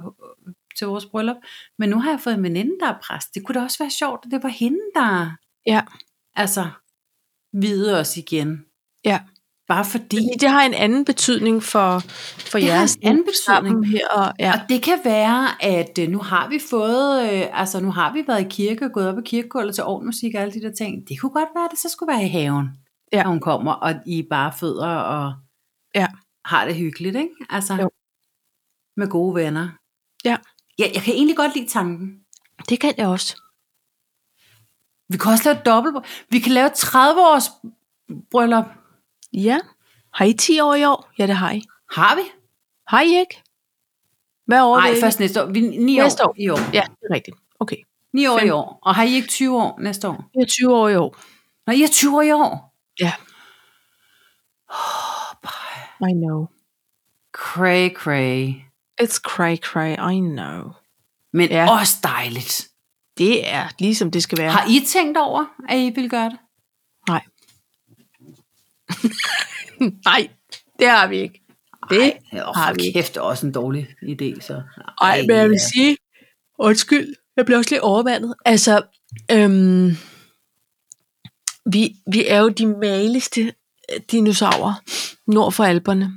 [SPEAKER 2] til vores bryllup, men nu har jeg fået en veninde, der er præst. Det kunne da også være sjovt, at det var hende, der
[SPEAKER 1] Ja.
[SPEAKER 2] altså, videde os igen.
[SPEAKER 1] Ja.
[SPEAKER 2] Bare fordi,
[SPEAKER 1] Fordi det har en anden betydning for, for
[SPEAKER 2] Det har
[SPEAKER 1] jeres
[SPEAKER 2] en anden
[SPEAKER 1] liv
[SPEAKER 2] betydning.
[SPEAKER 1] sammen her. Og, ja,
[SPEAKER 2] Og det kan være, at øh, nu har vi fået, øh, altså nu har vi været i kirke og gået op i kirkegulvet til ovnmusik og alle de der ting. Det kunne godt være, at det så skulle være i haven,
[SPEAKER 1] Ja.
[SPEAKER 2] når hun kommer, og I er bare fødder og
[SPEAKER 1] Ja.
[SPEAKER 2] har det hyggeligt, ikke? Altså,
[SPEAKER 1] Jo.
[SPEAKER 2] med gode venner.
[SPEAKER 1] Ja.
[SPEAKER 2] ja. Jeg kan egentlig godt lide tanken.
[SPEAKER 1] det kan jeg også.
[SPEAKER 2] Vi kan også lave et dobbelt. Vi kan lave et 30 års bryllup.
[SPEAKER 1] Ja, Har I 10 år i år? Ja, det har I.
[SPEAKER 2] Har vi?
[SPEAKER 1] Har I ikke? Hvad år er
[SPEAKER 2] Nej,
[SPEAKER 1] det?
[SPEAKER 2] først næste år. Vi, ni
[SPEAKER 1] Næste
[SPEAKER 2] år,
[SPEAKER 1] år.
[SPEAKER 2] i år.
[SPEAKER 1] Ja, det er rigtigt. Okay.
[SPEAKER 2] Ni år i
[SPEAKER 1] Fem.
[SPEAKER 2] år. Og har I ikke 20 år næste år?
[SPEAKER 1] Jeg er 20 år i år.
[SPEAKER 2] Nå, I er 20 år i år.
[SPEAKER 1] Ja.
[SPEAKER 2] Åh, bare
[SPEAKER 1] I know.
[SPEAKER 2] cray, cray.
[SPEAKER 1] It's cray cray, I know.
[SPEAKER 2] Men ja.
[SPEAKER 1] Ja.
[SPEAKER 2] også dejligt.
[SPEAKER 1] Det er ligesom det skal være.
[SPEAKER 2] Ja. Har I tænkt over, at I vil gøre det?
[SPEAKER 1] Nej. Nej, det har vi ikke. Det
[SPEAKER 2] Ej, åh,
[SPEAKER 1] har
[SPEAKER 2] for
[SPEAKER 1] vi ikke.
[SPEAKER 2] kæft, det er også en dårlig idé, så.
[SPEAKER 1] Ej, men jeg vil
[SPEAKER 2] ja.
[SPEAKER 1] sige, undskyld, jeg blev også lidt overvandet. Altså, øhm, vi, vi er jo de maligste dinosaurer nord for alberne.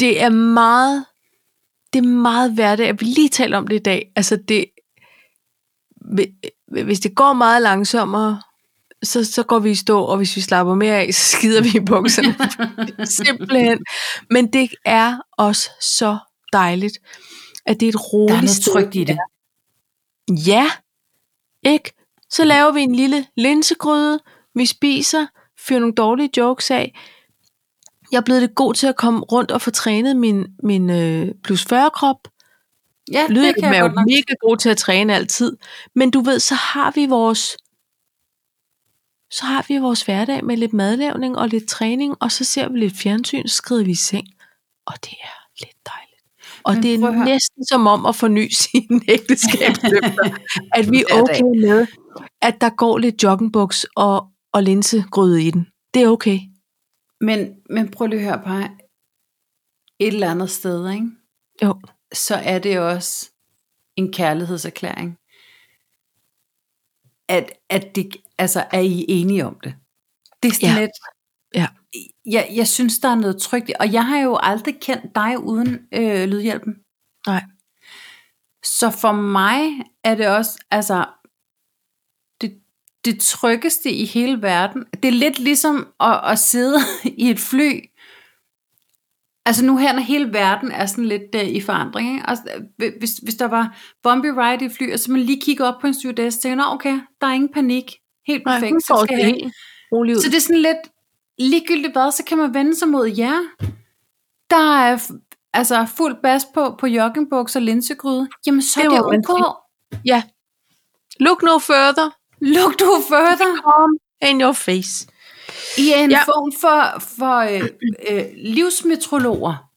[SPEAKER 1] Det er meget, det er meget hverdag. Vi lige talt om det i dag. Altså, det, hvi- hvis det går meget langsommere, så, så går vi i stå, og hvis vi slapper mere af, så skider vi i
[SPEAKER 2] [LAUGHS]
[SPEAKER 1] bukserne. Simpelthen. Men det er også så dejligt, at det er et roligt
[SPEAKER 2] Der er noget
[SPEAKER 1] sted.
[SPEAKER 2] trygt i det.
[SPEAKER 1] Ja, ikke? Så laver vi en lille linsegryde, vi spiser, fyrer nogle dårlige jokes af. Jeg er blevet lidt god til at komme rundt og få trænet min, min øh, plus 40-krop.
[SPEAKER 2] Ja,
[SPEAKER 1] [LAUGHS]
[SPEAKER 2] det kan
[SPEAKER 1] Lyden
[SPEAKER 2] jeg
[SPEAKER 1] er jo
[SPEAKER 2] godt nok.
[SPEAKER 1] mega god til at træne altid. Men du ved, så har vi vores så har vi vores hverdag med lidt madlavning og lidt træning, og så ser vi lidt fjernsyn, så skrider vi i seng. Og det er lidt dejligt. Og
[SPEAKER 2] Men
[SPEAKER 1] det
[SPEAKER 2] prøv at
[SPEAKER 1] er
[SPEAKER 2] høre.
[SPEAKER 1] næsten som om at forny [LAUGHS] sin ægteskab,
[SPEAKER 2] [LAUGHS]
[SPEAKER 1] at vi er
[SPEAKER 2] Hver dag.
[SPEAKER 1] okay med, at der går lidt joggingbuks og, og linsegryde i den. Det er okay.
[SPEAKER 2] Men, men prøv lige at høre på Et eller andet sted, ikke?
[SPEAKER 1] Jo.
[SPEAKER 2] så er det også en kærlighedserklæring. At, at det, altså, er I enige om det? Det er sådan
[SPEAKER 1] Ja.
[SPEAKER 2] lidt...
[SPEAKER 1] Ja.
[SPEAKER 2] Jeg, jeg synes, der er noget trygt. i- Og jeg har jo aldrig kendt dig uden øh, lydhjælpen.
[SPEAKER 1] Nej.
[SPEAKER 2] Så for mig er det også, altså, det, det tryggeste i hele verden. Det er lidt ligesom at, at sidde [LAUGHS] i et fly. Altså nu her, når hele verden er sådan lidt øh, i forandring, ikke? Altså, øh, hvis, hvis der var Bombay Ride i et fly, og så man lige kigger op på en stewardess, og tænker, nå okay, der er ingen panik. Helt perfekt.
[SPEAKER 1] Nej, hun
[SPEAKER 2] så
[SPEAKER 1] får
[SPEAKER 2] skal
[SPEAKER 1] det
[SPEAKER 2] jeg-
[SPEAKER 1] helt roligt ud.
[SPEAKER 2] så det er sådan lidt ligegyldigt hvad, så kan man vende sig mod jer. Der er f- altså fuld bas på, på joggenbuks og linsegryde. Jamen så
[SPEAKER 1] Det
[SPEAKER 2] er det
[SPEAKER 1] må man
[SPEAKER 2] ok.
[SPEAKER 1] Ja. Look no further.
[SPEAKER 2] Look du further.
[SPEAKER 1] Come in your face.
[SPEAKER 2] I er en ja.
[SPEAKER 1] Ja.
[SPEAKER 2] form for, for øh, øh, livsmetrologer.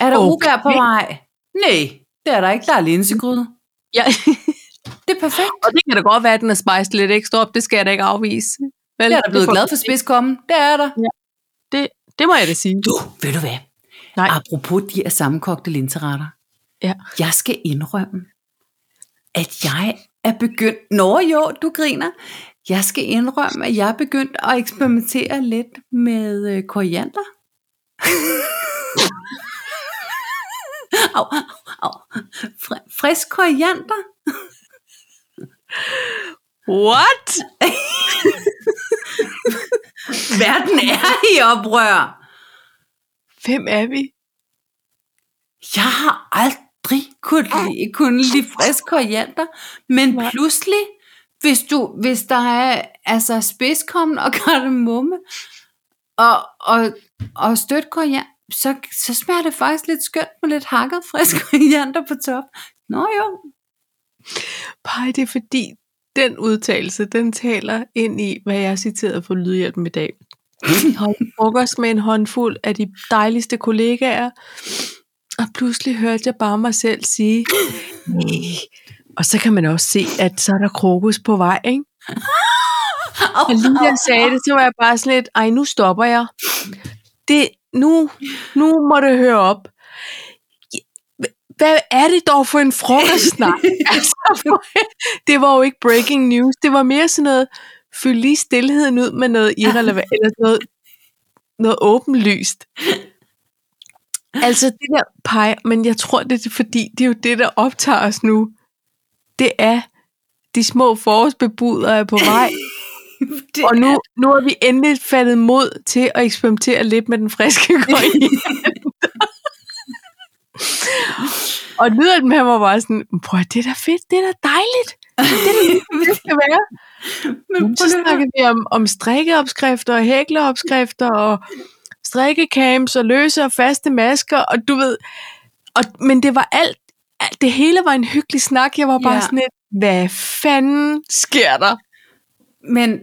[SPEAKER 2] Er der okay.
[SPEAKER 1] Okay.
[SPEAKER 2] ugær på vej? Nej, det er der ikke. Der er linsegryde.
[SPEAKER 1] Ja.
[SPEAKER 2] Det er perfekt.
[SPEAKER 1] Og det kan da godt være, at den er spiced lidt ekstra op. Det skal jeg da ikke afvise. Vel,
[SPEAKER 2] Jeg er da blevet glad for spidskommen. Det er der.
[SPEAKER 1] Det, det må jeg da sige.
[SPEAKER 2] Du, ved du hvad?
[SPEAKER 1] Nej.
[SPEAKER 2] Apropos de her sammenkogte linseretter.
[SPEAKER 1] Ja.
[SPEAKER 2] Jeg skal indrømme, at jeg er begyndt... Nå jo, du griner. Jeg skal indrømme, at jeg er begyndt at eksperimentere lidt med øh, koriander. [LAUGHS] au, au, au. Fri- frisk koriander.
[SPEAKER 1] What?
[SPEAKER 2] Verden er i oprør.
[SPEAKER 1] Hvem er vi?
[SPEAKER 2] Jeg har aldrig kun lide, kun lide frisk koriander, men Nej.
[SPEAKER 1] Nej.
[SPEAKER 2] pludselig, hvis, du, hvis der er altså spidskommen og [LAUGHS] kardemomme og, og, og stødt koriander, så, så smager det faktisk lidt skønt med lidt hakket frisk [LAUGHS] koriander på top. Nå jo,
[SPEAKER 1] Pej, det er fordi, den udtalelse, den taler ind i, hvad jeg citerede på Lydhjælpen i [LAUGHS] dag. Hold frokost med en håndfuld af de dejligste kollegaer, og pludselig hørte jeg bare mig selv sige, "Næh." og så kan man også se, at så er der krokus på vej, ikke?
[SPEAKER 2] Au,
[SPEAKER 1] Og lige da jeg sagde det, så var jeg bare sådan lidt, ej, nu stopper jeg. Det, nu, nu må det høre op. Hva- Hvad er det dog for en
[SPEAKER 2] [LAUGHS]
[SPEAKER 1] frokostsnak? altså, for- det var jo ikke breaking news. Det var mere sådan noget, fyld lige stillheden ud med noget irrelevant, eller noget, noget åbenlyst. Altså det der pej, men jeg tror, det er fordi, det er jo det, der optager os nu. Det er, de små forårsbebuder er på vej,
[SPEAKER 2] det
[SPEAKER 1] [LAUGHS] og nu,
[SPEAKER 2] er-
[SPEAKER 1] nu er vi endelig faldet mod til at eksperimentere lidt med den
[SPEAKER 2] [LAUGHS]
[SPEAKER 1] friske koriander. og lyden med var bare sådan, prøv at det er da fedt, det er da dejligt. Det, det skal være.
[SPEAKER 2] men
[SPEAKER 1] Så
[SPEAKER 2] prøv lige at høre.
[SPEAKER 1] snakkede vi om, om strikkeopskrifter og hækleopskrifter og strikkecams og løse og faste masker, og du ved, og, men det var alt, alt, det hele var en hyggelig snak. Jeg var bare
[SPEAKER 2] Ja.
[SPEAKER 1] ja. sådan lidt, hvad fanden sker der?
[SPEAKER 2] Men,
[SPEAKER 1] Men,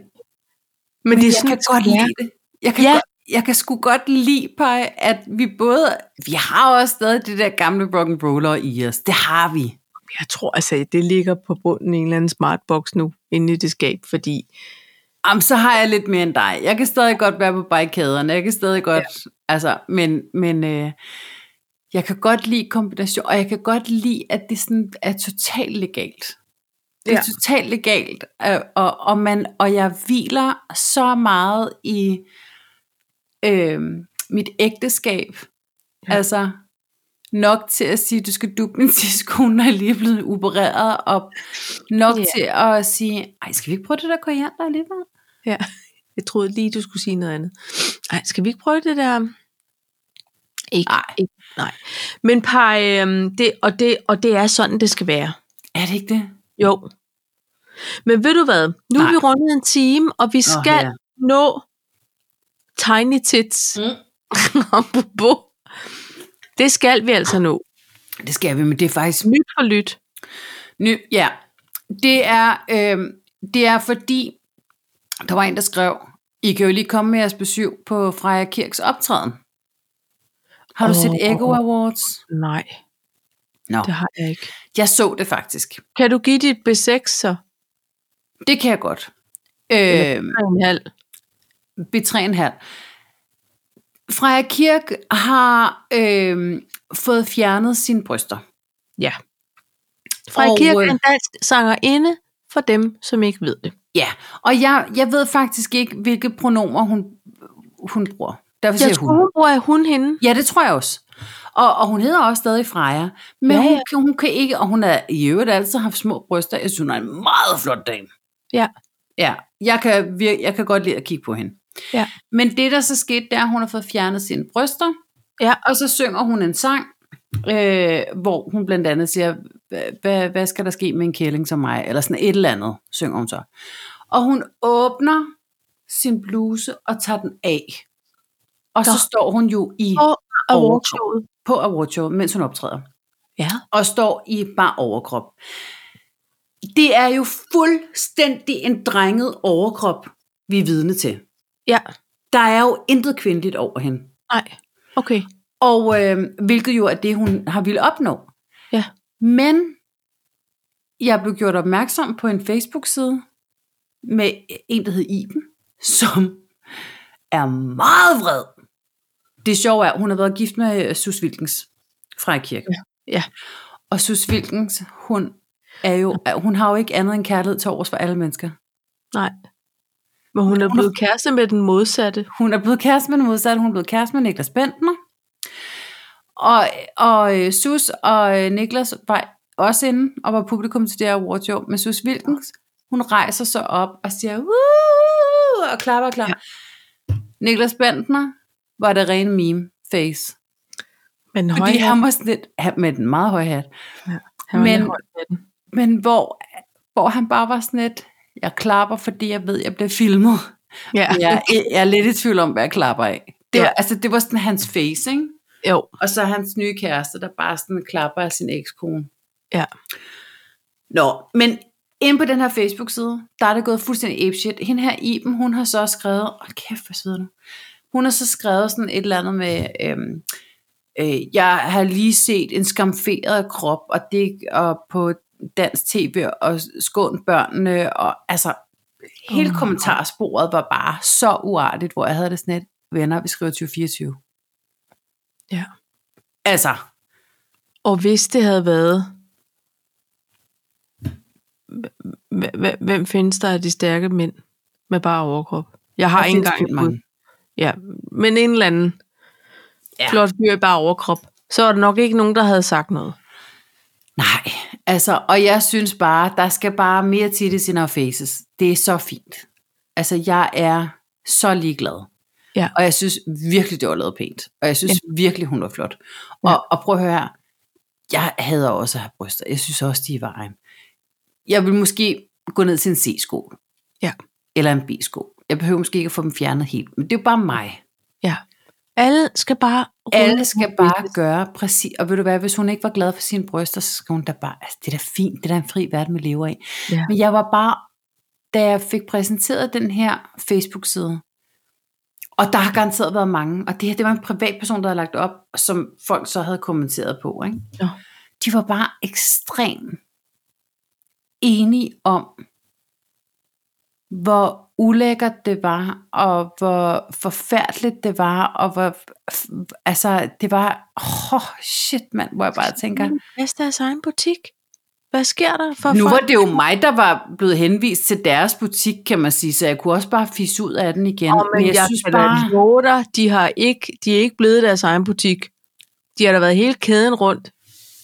[SPEAKER 2] men
[SPEAKER 1] det er
[SPEAKER 2] jeg
[SPEAKER 1] sådan,
[SPEAKER 2] kan
[SPEAKER 1] det
[SPEAKER 2] godt
[SPEAKER 1] skal være.
[SPEAKER 2] lide det. Jeg kan, ja.
[SPEAKER 1] Ja.
[SPEAKER 2] godt, jeg kan sgu godt lide, Paj, at vi både... Vi har også stadig det der gamle rock'n'roller i os. Det har vi.
[SPEAKER 1] Jeg tror altså, det ligger på bunden i en eller anden smartbox nu, inde i det skab, fordi
[SPEAKER 2] Jamen, så har jeg lidt mere end dig. Jeg kan stadig godt være på barrikaderne. Jeg kan stadig godt... Ja. Altså, men... men øh, jeg kan godt lide kombination, og jeg kan godt lide, at det sådan er totalt legalt. Det er ja.
[SPEAKER 1] Ja.
[SPEAKER 2] totalt legalt, øh, og, og, man, og jeg hviler så meget i øh, mit ægteskab. Ja.
[SPEAKER 1] Ja.
[SPEAKER 2] Altså, nok til at sige, du skal duppe min tidskone, når jeg lige er blevet opereret, og nok ja.
[SPEAKER 1] Ja.
[SPEAKER 2] til at sige, ej, skal vi ikke prøve det der koriander alligevel?
[SPEAKER 1] Ja, jeg troede lige, du skulle sige noget andet. Nej, skal vi ikke prøve det der? Ikke,
[SPEAKER 2] Nej.
[SPEAKER 1] Ikke, nej. Men par, øhm, det, og, det, og det er sådan, det skal være.
[SPEAKER 2] Er det ikke det?
[SPEAKER 1] Jo. Men ved du hvad? Nu
[SPEAKER 2] Nej.
[SPEAKER 1] er vi rundet en time, og vi skal
[SPEAKER 2] ja.
[SPEAKER 1] nå Tiny Tits.
[SPEAKER 2] Mm.
[SPEAKER 1] [LAUGHS] Apropos. det skal vi altså nå.
[SPEAKER 2] Det skal vi, men det er faktisk
[SPEAKER 1] Nyt for lyt.
[SPEAKER 2] Ny, ja. Det er, øh, det er fordi, der var en, der skrev, I kan jo lige komme med jeres besøg på Freja Kirks optræden. Har du oh,
[SPEAKER 1] Åh.
[SPEAKER 2] set Echo Awards?
[SPEAKER 1] Nej,
[SPEAKER 2] Nå.
[SPEAKER 1] det har jeg ikke.
[SPEAKER 2] Jeg så det faktisk.
[SPEAKER 1] Kan du give dit B6 så?
[SPEAKER 2] Det kan jeg godt. Øh,
[SPEAKER 1] En halv.
[SPEAKER 2] B3,5. Freja Kirk har øh, fået fjernet sine bryster.
[SPEAKER 1] Ja. Freja
[SPEAKER 2] Og,
[SPEAKER 1] Kirk er
[SPEAKER 2] øh,
[SPEAKER 1] en dansk sangerinde, for dem, som ikke ved det.
[SPEAKER 2] Ja, og jeg, jeg ved faktisk ikke, hvilke pronomer hun, hun bruger. Derfor siger
[SPEAKER 1] Jeg
[SPEAKER 2] jeg
[SPEAKER 1] tror,
[SPEAKER 2] hun.
[SPEAKER 1] hun bruger hun hende.
[SPEAKER 2] Ja, det tror jeg også. Og, og hun hedder også stadig Freja. Men ja,
[SPEAKER 1] Ja,
[SPEAKER 2] ja. Hun,
[SPEAKER 1] ja.
[SPEAKER 2] kan- hun kan ikke, og hun har i øvrigt altid haft små bryster. Jeg synes, hun er en meget flot dame.
[SPEAKER 1] Ja.
[SPEAKER 2] Ja, jeg kan, vir- jeg kan godt lide at kigge på hende.
[SPEAKER 1] Ja.
[SPEAKER 2] Men det, der så skete, det er, at hun har fået fjernet sine bryster.
[SPEAKER 1] Ja.
[SPEAKER 2] Og så synger hun en sang, øh, hvor hun blandt andet siger, "Hva- hva- hvad skal der ske med en kælling som mig? Eller sådan et eller andet, synger hun så. Og hun åbner sin bluse og tager den af. Og så
[SPEAKER 1] Nå.
[SPEAKER 2] står hun jo i
[SPEAKER 1] På
[SPEAKER 2] awardshowet. på awardshowet, mens hun optræder,
[SPEAKER 1] Ja.
[SPEAKER 2] og står i bare overkrop. Det er jo fuldstændig en drenget overkrop, vi er vidne til.
[SPEAKER 1] Ja.
[SPEAKER 2] Der er jo intet kvindeligt over hende.
[SPEAKER 1] Nej. Okay.
[SPEAKER 2] Og øh, hvilket jo er det, hun har ville opnå.
[SPEAKER 1] Ja.
[SPEAKER 2] Men jeg blev gjort opmærksom på en Facebook-side med en, der hed Iben, som er meget vred. Det sjove er, at hun har været gift med øh, Sus Wilkens fra kirke.
[SPEAKER 1] Ja. Ja.
[SPEAKER 2] Og Sus Wilkens, hun, er jo, hun har jo ikke andet end kærlighed til overs for alle mennesker.
[SPEAKER 1] Nej. Men hun er
[SPEAKER 2] Hun er-
[SPEAKER 1] blevet kæreste med den modsatte.
[SPEAKER 2] Hun er blevet kæreste med den modsatte. Hun er blevet kæreste med Niklas Bentner. Og, og øh, Sus og øh, Niklas var også inde og var publikum til det her awardshow. Men Sus Wilkens, hun rejser sig op og siger, Woo! og klapper og klapper. Ja. Niklas Bentner var det rene meme face.
[SPEAKER 1] Men
[SPEAKER 2] Fordi
[SPEAKER 1] høj,
[SPEAKER 2] han var sådan lidt, han- med den meget høje hat.
[SPEAKER 1] han var
[SPEAKER 2] men-
[SPEAKER 1] lidt høj med den.
[SPEAKER 2] Men hvor, hvor han bare var sådan lidt, jeg klapper, fordi jeg ved, jeg bliver filmet.
[SPEAKER 1] Ja. ja.
[SPEAKER 2] Jeg, jeg er lidt i tvivl om, hvad jeg klapper af. Det var,
[SPEAKER 1] Ja.
[SPEAKER 2] altså, det var sådan hans face, ikke?
[SPEAKER 1] Jo.
[SPEAKER 2] Og så hans nye kæreste, der bare sådan klapper af sin ekskone.
[SPEAKER 1] Ja.
[SPEAKER 2] Nå, men inde på den her Facebook-side, der er det gået fuldstændig apeshit. Hende her Iben, hun har så skrevet, åh kæft, hvor sveder du. Hun har så skrevet sådan et eller andet med, øhm, øh, jeg har lige set en skamferet krop, og det og på dansk tv, og skån børnene, og altså, hele
[SPEAKER 1] Åh.
[SPEAKER 2] kommentarsporet var bare så uartigt, hvor jeg havde det sådan et, venner, vi skriver 2024.
[SPEAKER 1] Ja.
[SPEAKER 2] Altså,
[SPEAKER 1] Og hvis det havde været... H- h- h- Hvem findes der af de stærke mænd med bare overkrop? Jeg har
[SPEAKER 2] Der
[SPEAKER 1] ikke
[SPEAKER 2] findes
[SPEAKER 1] engang
[SPEAKER 2] vildt
[SPEAKER 1] et
[SPEAKER 2] mange.
[SPEAKER 1] bud. Ja, men en eller anden
[SPEAKER 2] Ja.
[SPEAKER 1] ja. flot fyr i bare overkrop. Så var der nok ikke nogen, der havde sagt noget.
[SPEAKER 2] Nej, altså, og jeg synes bare, der skal bare mere titties in our faces. Det er så fint. Altså, jeg er så ligeglad.
[SPEAKER 1] Ja.
[SPEAKER 2] Og jeg synes virkelig, det var lavet pænt. Og jeg synes ja. virkelig, hun var flot. Og,
[SPEAKER 1] Ja.
[SPEAKER 2] og prøv at høre her. Jeg hader også at have bryster. Jeg synes også, de er i vejen. Jeg vil måske gå ned til en C-sko.
[SPEAKER 1] Ja.
[SPEAKER 2] Eller en B-sko. Jeg behøver måske ikke at få dem fjernet helt. Men det er jo bare mig.
[SPEAKER 1] Ja. Alle skal bare... rulle
[SPEAKER 2] Alle skal
[SPEAKER 1] sin
[SPEAKER 2] bare
[SPEAKER 1] business.
[SPEAKER 2] gøre præcis. Og ved du hvad, hvis hun ikke var glad for sine bryster, så skal hun da bare... Altså, det er da fint, det er da en fri verden, vi lever i.
[SPEAKER 1] Ja.
[SPEAKER 2] Men jeg var bare... Da jeg fik præsenteret den her Facebook-side, og der har garanteret været mange, og det her, det var en privatperson, der havde lagt op, som folk så havde kommenteret på, ikke?
[SPEAKER 1] Ja.
[SPEAKER 2] De var bare ekstremt enige om, hvor ulækkert det var, og hvor forfærdeligt det var, og hvor, altså, det var, oh, shit mand, hvor jeg bare tænker,
[SPEAKER 1] Hvad deres egen butik? Hvad sker der for
[SPEAKER 2] nu
[SPEAKER 1] folk?
[SPEAKER 2] var det jo mig, der var blevet henvist til deres butik, kan man sige, så jeg kunne også bare fisse ud af den igen.
[SPEAKER 1] Åh, men jeg, jeg synes bare... love dig, de, har ikke, de er ikke blevet deres egen butik. De har da været hele kæden rundt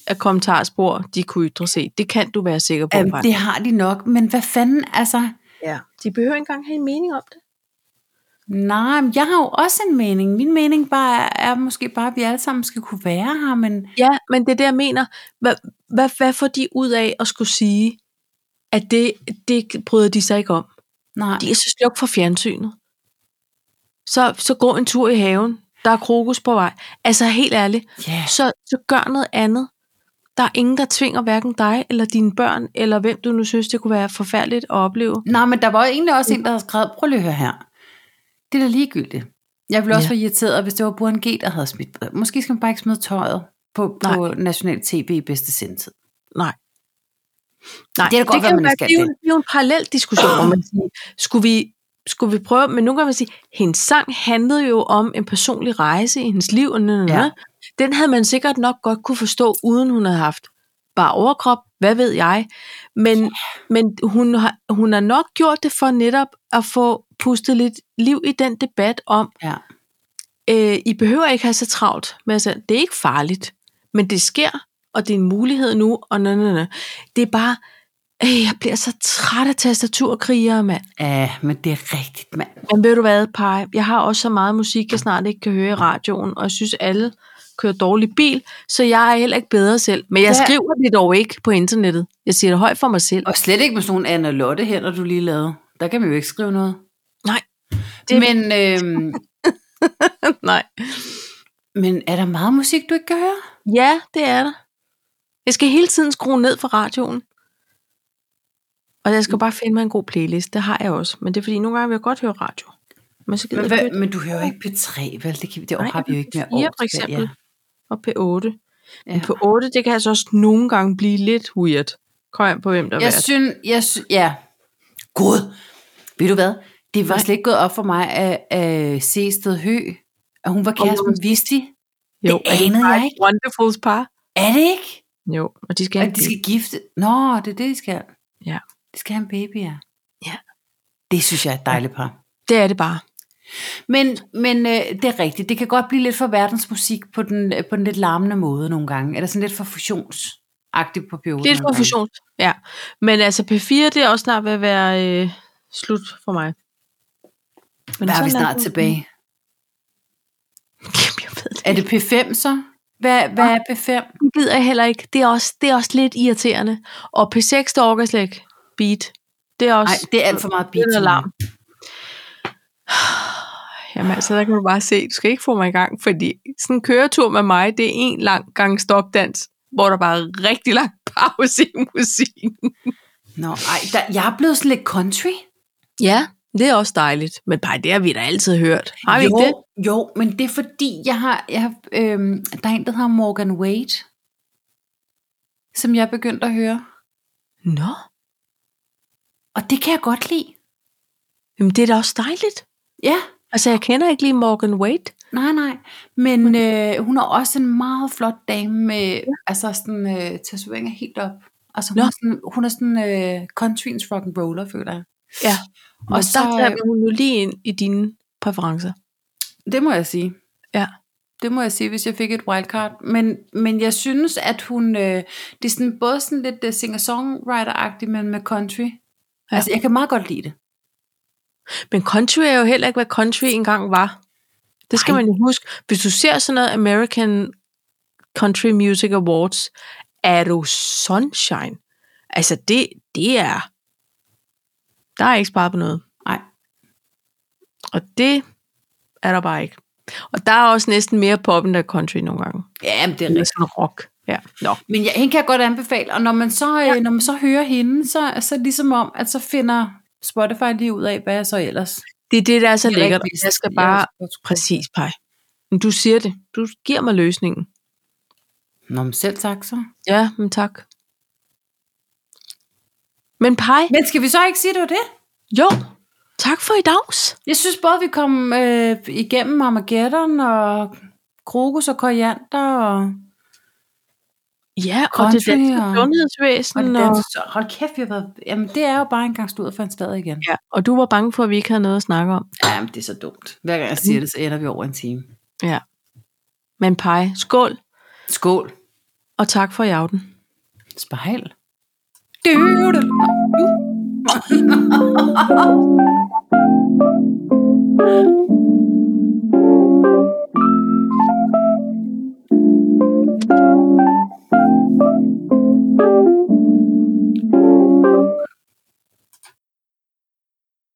[SPEAKER 1] af kommentarspor, de kunne ytre se. Det kan du være sikker på.
[SPEAKER 2] Jamen,
[SPEAKER 1] Frank.
[SPEAKER 2] det har de nok, men hvad fanden, altså,
[SPEAKER 1] ja. De behøver ikke engang have en mening om det.
[SPEAKER 2] nej, men jeg har jo også en mening. Min mening bare er, er måske bare, at vi alle sammen skal kunne være her, men
[SPEAKER 1] Ja, men det er det, jeg mener. Hvad, hvad, hvad får de ud af at skulle sige, at det, det bryder de sig ikke om?
[SPEAKER 2] nej.
[SPEAKER 1] De er så sluk for fjernsynet. Så, så gå en tur i haven. Der er krokus på vej. Altså helt ærligt,
[SPEAKER 2] Ja,
[SPEAKER 1] så, så gør noget andet. Der er ingen, der tvinger hverken dig eller dine børn, eller hvem du nu synes, det kunne være forfærdeligt at opleve.
[SPEAKER 2] Nej, men der var jo egentlig også en, der havde skrevet, prøv lige at høre her. Det er da ligegyldigt. Jeg ville også
[SPEAKER 1] Ja.
[SPEAKER 2] ja. være irriteret, hvis det var Burhan G, der havde smidt. Måske skal man bare ikke smide tøjet på, på national tv i bedste sendtid.
[SPEAKER 1] Nej. Nej,
[SPEAKER 2] Det kan da godt være, man
[SPEAKER 1] være,
[SPEAKER 2] skal
[SPEAKER 1] det, er jo,
[SPEAKER 2] det.
[SPEAKER 1] det er jo en parallel diskussion, må man sige. Skulle vi, skulle vi prøve, men nu kan man sige, hendes sang handlede jo om en personlig rejse i hendes liv, og nø, nø, nø.
[SPEAKER 2] Ja.
[SPEAKER 1] den havde man sikkert nok godt kunne forstå, uden hun havde haft bare overkrop, hvad ved jeg. Men, men hun, har, hun har nok gjort det for netop at få pustet lidt liv i den debat om,
[SPEAKER 2] Ja.
[SPEAKER 1] øh, I behøver ikke have så travlt med jer selv. Det er ikke farligt, men det sker, og det er en mulighed nu, og nej, nej, nej. Det er bare, øh, jeg bliver så træt af tastaturkrigere, mand.
[SPEAKER 2] ja, men det er rigtigt, mand.
[SPEAKER 1] Men ved du hvad, Paj? Jeg har også så meget musik, jeg snart ikke kan høre i radioen, og jeg synes, alle kører dårlig bil, så jeg er heller ikke bedre selv. Men jeg
[SPEAKER 2] Hvad-
[SPEAKER 1] skriver det dog ikke på internettet. Jeg siger det højt for mig
[SPEAKER 2] [LAUGHS]
[SPEAKER 1] selv.
[SPEAKER 2] Og slet ikke med sådan nogle Anna Lotte hænder, du lige lavede. Der kan man jo ikke skrive noget.
[SPEAKER 1] Nej. Det-
[SPEAKER 2] Det... Men, øhm,
[SPEAKER 1] nej.
[SPEAKER 2] men er der meget musik, du ikke kan høre?
[SPEAKER 1] Ja, det er der. Jeg skal hele tiden skrue ned for radioen. Og jeg
[SPEAKER 2] Mm.
[SPEAKER 1] skal bare finde mig en god playlist. Det har jeg også. Men det er fordi, nogle gange vil jeg godt høre radio. Men så gider
[SPEAKER 2] Men,
[SPEAKER 1] jeg ikke
[SPEAKER 2] hvad, men du hører ikke P3, vel? Det, kan, det
[SPEAKER 1] Nej,
[SPEAKER 2] har vi jo ikke mere
[SPEAKER 1] P4
[SPEAKER 2] over.
[SPEAKER 1] for eksempel. Og P8. Men
[SPEAKER 2] Ja.
[SPEAKER 1] P8, det kan altså også nogle gange blive lidt weird. Kom an på, hvem der
[SPEAKER 2] Jeg
[SPEAKER 1] er.
[SPEAKER 2] synes, jeg sy- ja. Gud, ved du hvad? Det var
[SPEAKER 1] Nej.
[SPEAKER 2] slet ikke gået op for mig, at, at se Sted Hø, at hun var kæresten med Visti.
[SPEAKER 1] jo,
[SPEAKER 2] det anede jeg ikke.
[SPEAKER 1] Wonderfuls par.
[SPEAKER 2] Er det ikke?
[SPEAKER 1] Jo, og de skal have
[SPEAKER 2] At
[SPEAKER 1] en
[SPEAKER 2] de skal gifte. Nå, det er det, de skal.
[SPEAKER 1] Ja.
[SPEAKER 2] De skal have en baby, ja.
[SPEAKER 1] Ja.
[SPEAKER 2] Det synes jeg er et dejligt par.
[SPEAKER 1] bil. Det er det bare.
[SPEAKER 2] Men, men øh, det er rigtigt. Det kan godt blive lidt for verdensmusik på den, på den lidt larmende måde nogle gange. Eller sådan lidt for fusionsagtigt på perioden.
[SPEAKER 1] Det er et
[SPEAKER 2] nogle gange.
[SPEAKER 1] konfusion. Ja. Men altså P4, det er også snart ved at være øh, slut for mig. Men
[SPEAKER 2] Hvad er
[SPEAKER 1] sådan
[SPEAKER 2] vi snart
[SPEAKER 1] det.
[SPEAKER 2] tilbage?
[SPEAKER 1] Jamen, jeg ved det
[SPEAKER 2] Er det P5 så? Hvad, hvad er P5?
[SPEAKER 1] Den gider jeg heller ikke. Det er også, det er også lidt irriterende. Og P6, der orker jeg slet ikke. Beat. Det er også...
[SPEAKER 2] Nej, det er alt for meget beat.
[SPEAKER 1] Det er
[SPEAKER 2] til mig.
[SPEAKER 1] alarm. [SIGHS] Jamen altså, der kan du bare se, du skal ikke få mig i gang, fordi sådan en køretur med mig, det er en lang gang stopdans, hvor der bare er rigtig lang pause i musikken.
[SPEAKER 2] Nå, ej, der, jeg er blevet sådan lidt country.
[SPEAKER 1] Ja, det er også dejligt. Men bare det har vi da altid hørt. Har vi
[SPEAKER 2] jo,
[SPEAKER 1] ikke det?
[SPEAKER 2] jo, men det er fordi, jeg har, jeg har øhm, der er en, der hedder Morgan Wade, som jeg er begyndt at høre.
[SPEAKER 1] Nå,
[SPEAKER 2] Og det kan jeg godt lide.
[SPEAKER 1] jamen det er da også dejligt.
[SPEAKER 2] Ja,
[SPEAKER 1] Altså, jeg kender ikke lige Morgan Wade.
[SPEAKER 2] nej, nej. Men øh, hun er også en meget flot dame med altså sådan, øh, tatoveringer helt op. Altså, hun
[SPEAKER 1] Nå.
[SPEAKER 2] er sådan, hun er sådan øh, countryens rock'n'roller, føler jeg.
[SPEAKER 1] Ja. Og
[SPEAKER 2] Og
[SPEAKER 1] så
[SPEAKER 2] så,
[SPEAKER 1] tager vi hun nu lige ind i dine præferencer.
[SPEAKER 2] Det må jeg sige.
[SPEAKER 1] Ja.
[SPEAKER 2] Det må jeg sige, hvis jeg fik et wildcard. Men, men jeg synes, at hun... Øh, det er sådan, både sådan lidt uh, singer-songwriter-agtigt, men med country.
[SPEAKER 1] Ja.
[SPEAKER 2] Ja. Altså, jeg kan meget godt lide det.
[SPEAKER 1] Men country er jo heller ikke, hvad country engang var. Det skal
[SPEAKER 2] Nej.
[SPEAKER 1] man jo huske. Hvis du ser sådan noget American Country Music Awards, er du sunshine. Altså, det, det er... Der er ikke sparet på noget.
[SPEAKER 2] Nej.
[SPEAKER 1] Og det er der bare ikke. Og der er også næsten mere pop end der er country nogle gange.
[SPEAKER 2] Ja, men det er
[SPEAKER 1] Eller
[SPEAKER 2] rigtigt.
[SPEAKER 1] sådan rock. Ja. Nå.
[SPEAKER 2] Men ja, hende kan jeg godt anbefale, og når man så, ja. når man så hører hende, så er så ligesom om, at så finder Spotify lige ud af, hvad jeg så ellers.
[SPEAKER 1] Det er det, der er så
[SPEAKER 2] Det er
[SPEAKER 1] lækkert.
[SPEAKER 2] rigtigt.
[SPEAKER 1] Jeg skal bare...
[SPEAKER 2] Jeg skal-
[SPEAKER 1] Præcis, Paj. Men du siger det. Du giver mig løsningen.
[SPEAKER 2] Nå, men selv tak så.
[SPEAKER 1] Ja, men tak. Men Paj,
[SPEAKER 2] Men skal vi så ikke sige, det var det?
[SPEAKER 1] jo, tak for i dags.
[SPEAKER 2] Jeg synes både, vi kom øh, igennem Armageddon og Krokus og Koriander og,
[SPEAKER 1] Ja, og det
[SPEAKER 2] Country
[SPEAKER 1] danske
[SPEAKER 2] og- og
[SPEAKER 1] sundhedsvæsen.
[SPEAKER 2] det
[SPEAKER 1] Og,
[SPEAKER 2] danske. så- Hold kæft, vi har været, jamen, det er jo bare en gang stod for en stad igen.
[SPEAKER 1] ja, og du var bange for, at vi ikke havde noget at snakke om.
[SPEAKER 2] Ja, men det er så dumt. Hver gang jeg siger det, så ender vi over en time.
[SPEAKER 1] Ja. Men Paj, skål,
[SPEAKER 2] Skål.
[SPEAKER 1] og tak for i aften.
[SPEAKER 2] Spejl. Dude.